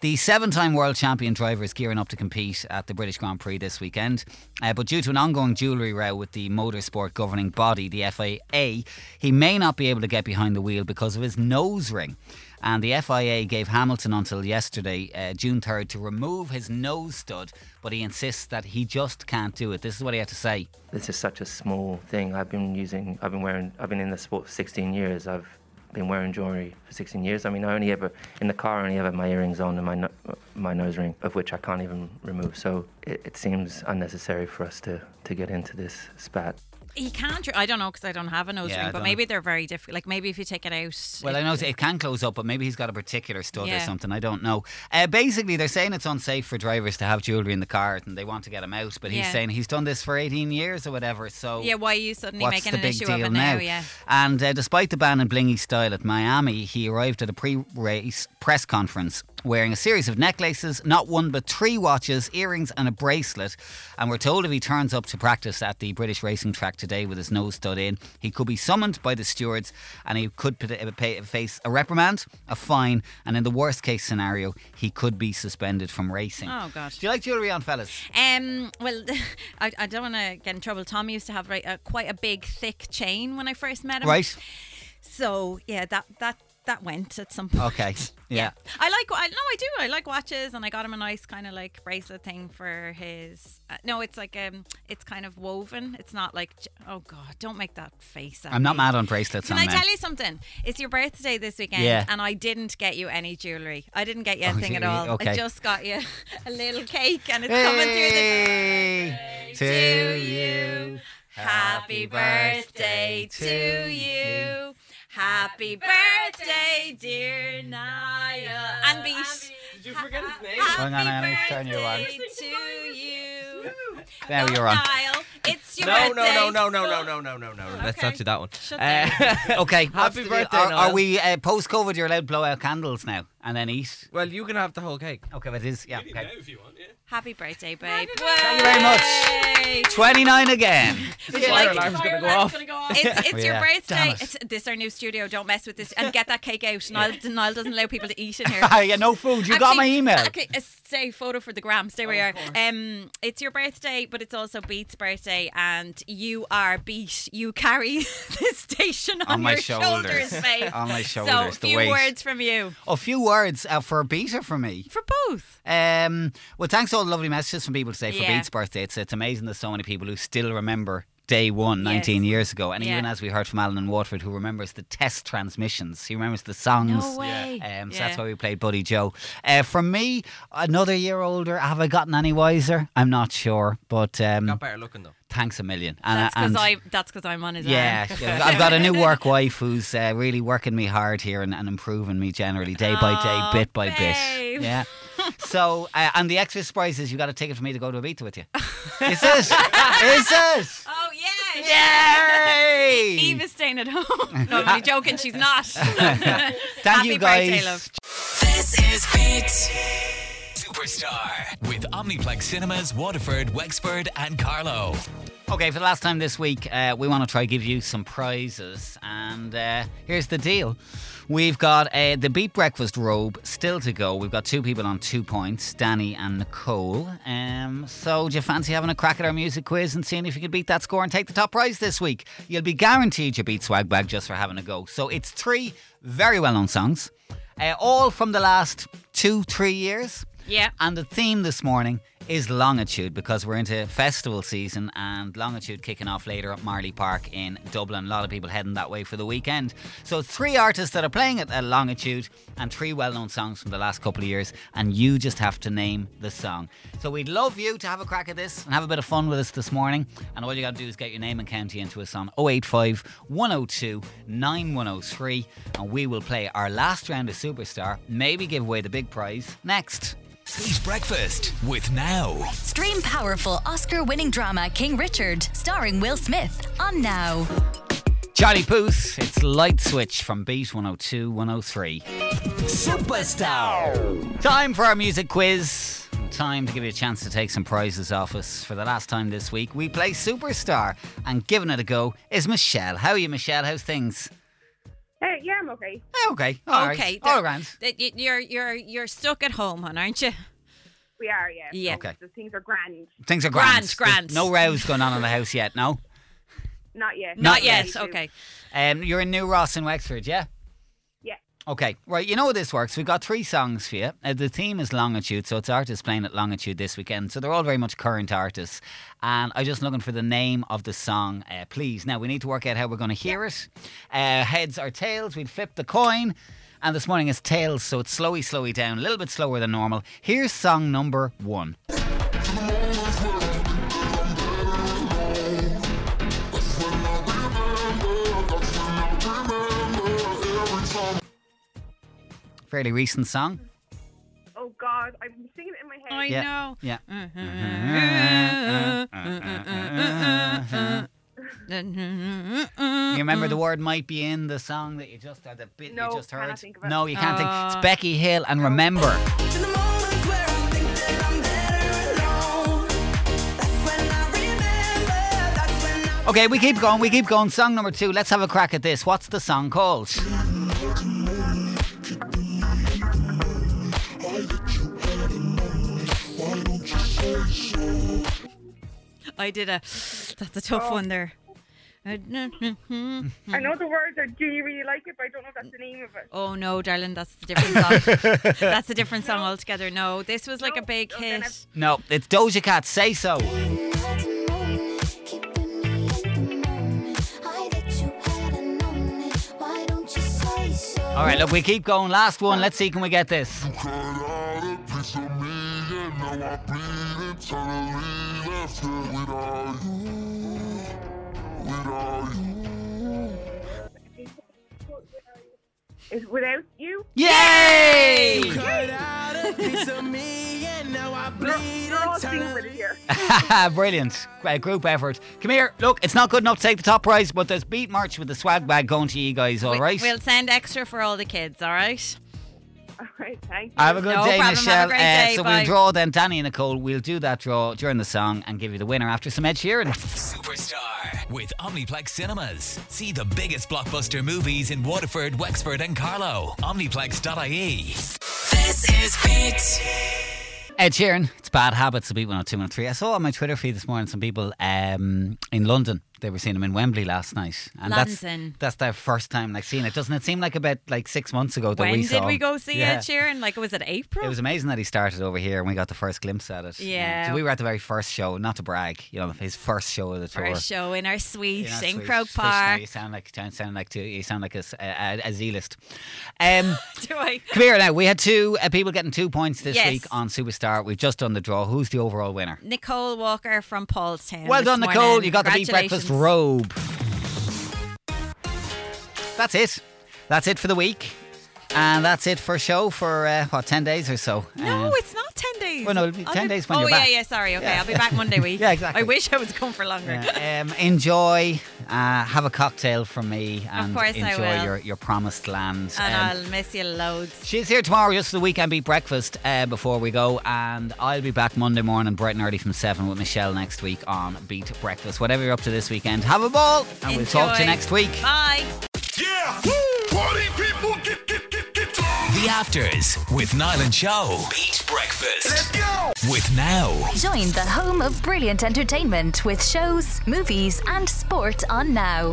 Speaker 5: The seven time world champion driver is gearing up to compete at the British Grand Prix this weekend. Uh, but due to an ongoing jewellery row with the motorsport governing body, the FIA, he may not be able to get behind the wheel because of his nose ring. And the FIA gave Hamilton until yesterday, uh, June 3rd, to remove his nose stud, but he insists that he just can't do it. This is what he had to say.
Speaker 18: This is such a small thing. I've been using, I've been wearing, I've been in the sport for 16 years. I've been wearing jewelry for 16 years. I mean, I only ever, in the car, I only ever have my earrings on and my, no, my nose ring, of which I can't even remove. So it, it seems unnecessary for us to, to get into this spat.
Speaker 4: He can't. I don't know because I don't have a nose
Speaker 5: Yeah, I
Speaker 4: ring, but
Speaker 5: don't-
Speaker 4: maybe they're very different. Like maybe if you take it out.
Speaker 5: Well, I know it can close up, but maybe he's got a particular stud or
Speaker 4: Yeah.
Speaker 5: something. I don't know. Uh, basically, they're saying it's unsafe for drivers to have jewellery in the car and they want to get him out, but he's
Speaker 4: Yeah.
Speaker 5: saying he's done this for 18 years or whatever. So
Speaker 4: Yeah, why are you suddenly
Speaker 5: What's
Speaker 4: making
Speaker 5: the
Speaker 4: an
Speaker 5: big
Speaker 4: issue
Speaker 5: deal
Speaker 4: of it
Speaker 5: now?
Speaker 4: now? Yeah.
Speaker 5: And uh, despite the ban and blingy style at Miami, he arrived at a pre-race press conference wearing a series of necklaces, not one but three watches, earrings, and a bracelet. And we're told if he turns up to practice at the British racing track today with his nose stud in, he could be summoned by the stewards, and he could put- uh, pay- face a reprimand, a fine, and in the worst case scenario, he could be suspended from racing.
Speaker 4: Oh God.
Speaker 5: Do you like jewellery on, fellas?
Speaker 4: Um. Well, I, I don't want to get in trouble. Tommy used to have right, uh, quite a big, thick chain when I first met him.
Speaker 5: Right.
Speaker 4: So yeah, that that that went at some point.
Speaker 5: Okay. Yeah.
Speaker 4: I like. I no, I do. I like watches, and I got him a nice kind of like bracelet thing for his. Uh, no, it's like um, it's kind of woven. It's not like. j- Oh God, don't make that face. at
Speaker 5: I'm not
Speaker 4: me.
Speaker 5: mad on bracelets.
Speaker 4: Can
Speaker 5: on
Speaker 4: I
Speaker 5: men.
Speaker 4: tell you something? It's your birthday this weekend,
Speaker 5: Yeah.
Speaker 4: and I didn't get you any jewelry. I didn't get you
Speaker 5: Oh,
Speaker 4: anything at
Speaker 5: you-
Speaker 4: all. I
Speaker 5: okay.
Speaker 4: just got you a little cake, and it's coming through the
Speaker 5: to you.
Speaker 4: Happy birthday to you. Happy birthday, dear Niall. And Beat.
Speaker 17: Did you forget his name?
Speaker 5: Hang on, I'm gonna turn you on.
Speaker 4: Happy to you.
Speaker 5: There you're on.
Speaker 4: Niall, it's your
Speaker 17: No, no,
Speaker 4: birthday.
Speaker 17: no, no, no, no, no, no, no, no. Let's not do that one.
Speaker 4: Shut
Speaker 17: Uh,
Speaker 5: okay. what's
Speaker 17: Happy
Speaker 5: the-
Speaker 17: birthday.
Speaker 5: Are, are
Speaker 17: Niall.
Speaker 5: we uh, post COVID? You're allowed to blow out candles now and then eat.
Speaker 17: Well, you can have the whole cake.
Speaker 5: Okay, but it is. Yeah. Okay.
Speaker 4: Happy birthday, babe.
Speaker 5: Thank you very much. Twenty nine again.
Speaker 4: Would you like-
Speaker 17: alarm's gonna go off.
Speaker 4: It's, it's your
Speaker 5: Yeah.
Speaker 4: birthday.
Speaker 5: Damn it.
Speaker 4: It's, this our new studio. Don't mess with this and get that cake out. Niall, Niall doesn't allow people to eat in here.
Speaker 5: yeah, no food. You got my
Speaker 4: Actually,
Speaker 5: email. Oh,
Speaker 4: Okay, uh, stay photo for the gram. Stay where you are. Um, it's your birthday, but it's also Beat's birthday, and you are Beat. You carry this station on,
Speaker 5: On my
Speaker 4: your shoulders,
Speaker 5: shoulders.
Speaker 4: babe.
Speaker 5: On my
Speaker 4: So,
Speaker 5: shoulders, the
Speaker 4: few
Speaker 5: weight.
Speaker 4: words from you.
Speaker 5: A few words uh, for Beat or for me?
Speaker 4: For both.
Speaker 5: Um, well, thanks to all the lovely messages from people today for
Speaker 4: Yeah.
Speaker 5: Beat's birthday. It's, it's amazing there's so many people who still remember day one,
Speaker 4: Yes.
Speaker 5: 19 years ago. And
Speaker 4: Yeah.
Speaker 5: even as we heard from Alan in Waterford, who remembers the test transmissions, he remembers the songs.
Speaker 4: No way.
Speaker 5: Um, so that's why we played Buddy Joe. Uh, for me, another year older, have I gotten any wiser? I'm not sure. But um,
Speaker 17: Got better looking though.
Speaker 5: thanks a million. And,
Speaker 4: That's
Speaker 5: and-
Speaker 4: because I. That's because I'm on his
Speaker 5: yeah,
Speaker 4: arm.
Speaker 5: yeah, I've got a new work wife who's uh, really working me hard here and, and improving me generally, day by
Speaker 4: Aw,
Speaker 5: day, bit by
Speaker 4: Oh, babe.
Speaker 5: bit. Yeah. So, uh, and the extra surprise is you got a ticket for me to go to Ibiza with you. Is this? Is this?
Speaker 4: Oh yeah!
Speaker 5: Yay!
Speaker 4: Eve is staying at home. No, I'm joking. She's not.
Speaker 5: Thank
Speaker 4: Happy
Speaker 5: you guys.
Speaker 4: Birthday, love.
Speaker 1: This is Beat.
Speaker 2: Superstar with Omniplex Cinemas, Waterford, Wexford, and Carlow.
Speaker 5: Okay, for the last time this week, uh, we want to try give you some prizes, and uh, here's the deal: we've got uh, the Beat Breakfast robe still to go. We've got two people on two points, Danny and Nicole. Um, so, do you fancy having a crack at our music quiz and seeing if you can beat that score and take the top prize this week? You'll be guaranteed your Beat swag bag just for having a go. So, it's three very well-known songs, uh, all from the last two, three years.
Speaker 4: Yeah.
Speaker 5: And the theme this morning is longitude because we're into festival season and longitude kicking off later at Marley Park in Dublin. A lot of people heading that way for the weekend. So, three artists that are playing at, at longitude and three well known songs from the last couple of years, and you just have to name the song. So, we'd love you to have a crack at this and have a bit of fun with us this morning. And all you got to do is get your name and county into us on 085 102 9103, and we will play our last round of Superstar, maybe give away the big prize next.
Speaker 2: Beat Breakfast with Now.
Speaker 3: Stream powerful Oscar winning drama King Richard, starring Will Smith, on Now.
Speaker 5: Charlie Puth, it's Light Switch from Beat 102 103. Superstar! Time for our music quiz. Time to give you a chance to take some prizes off us. For the last time this week, we play Superstar, and giving it a go is Michelle. How are you, Michelle? How's things? Eh,
Speaker 19: Uh, yeah, I'm okay.
Speaker 5: Okay, all right.
Speaker 4: okay.
Speaker 5: all
Speaker 4: that-
Speaker 5: right.
Speaker 4: that y- You're you're you're stuck at home, hon, aren't you?
Speaker 19: We are, yeah.
Speaker 4: Yeah.
Speaker 5: Okay.
Speaker 19: The things are grand.
Speaker 5: Things are grand.
Speaker 4: Grand,
Speaker 5: There's
Speaker 4: grand.
Speaker 5: No rows going on in the house yet, no?
Speaker 19: Not yet.
Speaker 5: Not yet,
Speaker 19: Too.
Speaker 4: Okay.
Speaker 5: Um, you're in New Ross in Wexford, yeah?
Speaker 19: Yeah.
Speaker 5: Okay, right. You know how this works. We've got three songs for you. Uh, the theme is longitude, so it's artists playing at longitude this weekend. So they're all very much current artists. And I'm just looking for the name of the song, uh, please. Now we need to work out how we're going to hear it. Uh, heads or tails? We'd flip the coin. And this morning it's tails, so it's slowy, slowy down, a little bit slower than normal. Here's song number one. Fairly recent song.
Speaker 19: Oh God, I'm singing it in my head.
Speaker 4: I
Speaker 5: Yeah,
Speaker 4: know.
Speaker 5: yeah.
Speaker 4: Mm-hmm.
Speaker 5: You remember the word might be in the song that you just had the bit you just heard? No, you can't think.
Speaker 1: Uh,
Speaker 19: Oh.
Speaker 5: It's Becky Hill and remember. Okay, we keep going, we keep going. Song number two, let's have a crack at this. What's the song called?
Speaker 4: Oh. I did a. That's a tough one there. Mm-hmm. I
Speaker 19: I know
Speaker 4: know
Speaker 19: the words are Do You Really Like It, but I don't know if that's the name of it.
Speaker 4: Oh no, darling, that's a different song. that's a different song altogether. No, this was like a big hit.
Speaker 5: No, it's Doja Cat. Say so. All right, look, we keep going. Last one. Let's see, can we get this?
Speaker 19: Is Without You?
Speaker 5: Yay!
Speaker 19: Yay! They're- they're all singing with it here.
Speaker 5: Brilliant. Great group effort. Come here. Look, it's not good enough to take the top prize, but there's beat merch with the swag bag going to you guys, all right?
Speaker 4: We'll send extra for all the kids, all right?
Speaker 19: All right, thank you.
Speaker 5: Have a good
Speaker 4: No
Speaker 5: day,
Speaker 4: problem. Have a
Speaker 5: Michelle.
Speaker 4: great
Speaker 5: Uh,
Speaker 4: day.
Speaker 5: so
Speaker 4: Bye.
Speaker 5: we'll draw then, Danny and Nicole. We'll do that draw during the song and give you the winner after some Ed Sheeran.
Speaker 2: Superstar with Omniplex Cinemas. See the biggest blockbuster movies in Waterford, Wexford, and Carlow. Omniplex.ie.
Speaker 1: This is Beat.
Speaker 5: Ed Sheeran, it's Bad Habits, the Beat 102.3. I saw on my Twitter feed this morning some people um, in London. They were seeing him in Wembley last night, and
Speaker 4: London.
Speaker 5: that's that's their first time like seeing it. Doesn't it seem like about like six months ago that
Speaker 4: when
Speaker 5: we
Speaker 4: did
Speaker 5: saw?
Speaker 4: we
Speaker 5: him?
Speaker 4: go see
Speaker 5: Yeah.
Speaker 4: Ed Sheeran? Like was it April?
Speaker 5: It was amazing that he started over here and we got the first glimpse at it.
Speaker 4: Yeah.
Speaker 5: So we were at the very first show, not to brag, you know, his first show of the tour.
Speaker 4: our show in our suite
Speaker 5: You know,
Speaker 4: in
Speaker 5: sweet.
Speaker 4: Croke
Speaker 5: Fish now,
Speaker 4: Park.
Speaker 5: You sound like you sound like two, you sound like a, s- a, a- a Z-list. Um,
Speaker 4: Do I?
Speaker 5: come here now. We had two uh, people getting two points this
Speaker 4: Yes.
Speaker 5: week on Superstar. We've just done the draw. Who's the overall winner?
Speaker 4: Nicole Walker from Paulstown.
Speaker 5: Well
Speaker 4: this
Speaker 5: done,
Speaker 4: morning.
Speaker 5: Nicole. You got the Beat
Speaker 4: Congratulations.
Speaker 5: Breakfast robe. That's it. That's it for the week. And that's it for show for, uh, what, 10 days or so?
Speaker 4: No,
Speaker 5: Uh,
Speaker 4: it's not 10 days.
Speaker 5: Well, no, it'll be
Speaker 4: I'll
Speaker 5: 10
Speaker 4: be-
Speaker 5: days when
Speaker 4: oh,
Speaker 5: you're
Speaker 4: yeah,
Speaker 5: back.
Speaker 4: yeah, sorry. Okay,
Speaker 5: Yeah.
Speaker 4: I'll be back Monday week.
Speaker 5: Yeah, exactly.
Speaker 4: I wish I was gone for longer.
Speaker 5: yeah, um, enjoy. Uh, have a cocktail from me and
Speaker 4: course I
Speaker 5: enjoy
Speaker 4: will.
Speaker 5: Your, your promised land.
Speaker 4: and
Speaker 5: Um,
Speaker 4: I'll miss you loads.
Speaker 5: She's here tomorrow just for the weekend beat breakfast uh, before we go, and I'll be back Monday morning bright and early from 7 with Michelle next week on Beat Breakfast. Whatever you're up to this weekend, have a ball, and we'll talk to you
Speaker 4: Enjoy.
Speaker 5: next week.
Speaker 4: Bye.
Speaker 16: Yeah! Party people, get, get, get, get on!
Speaker 2: The Afters with Niall and Show. Beat Breakfast. Let's go! With Now.
Speaker 3: Join the home of brilliant entertainment with shows, movies, and sport on Now.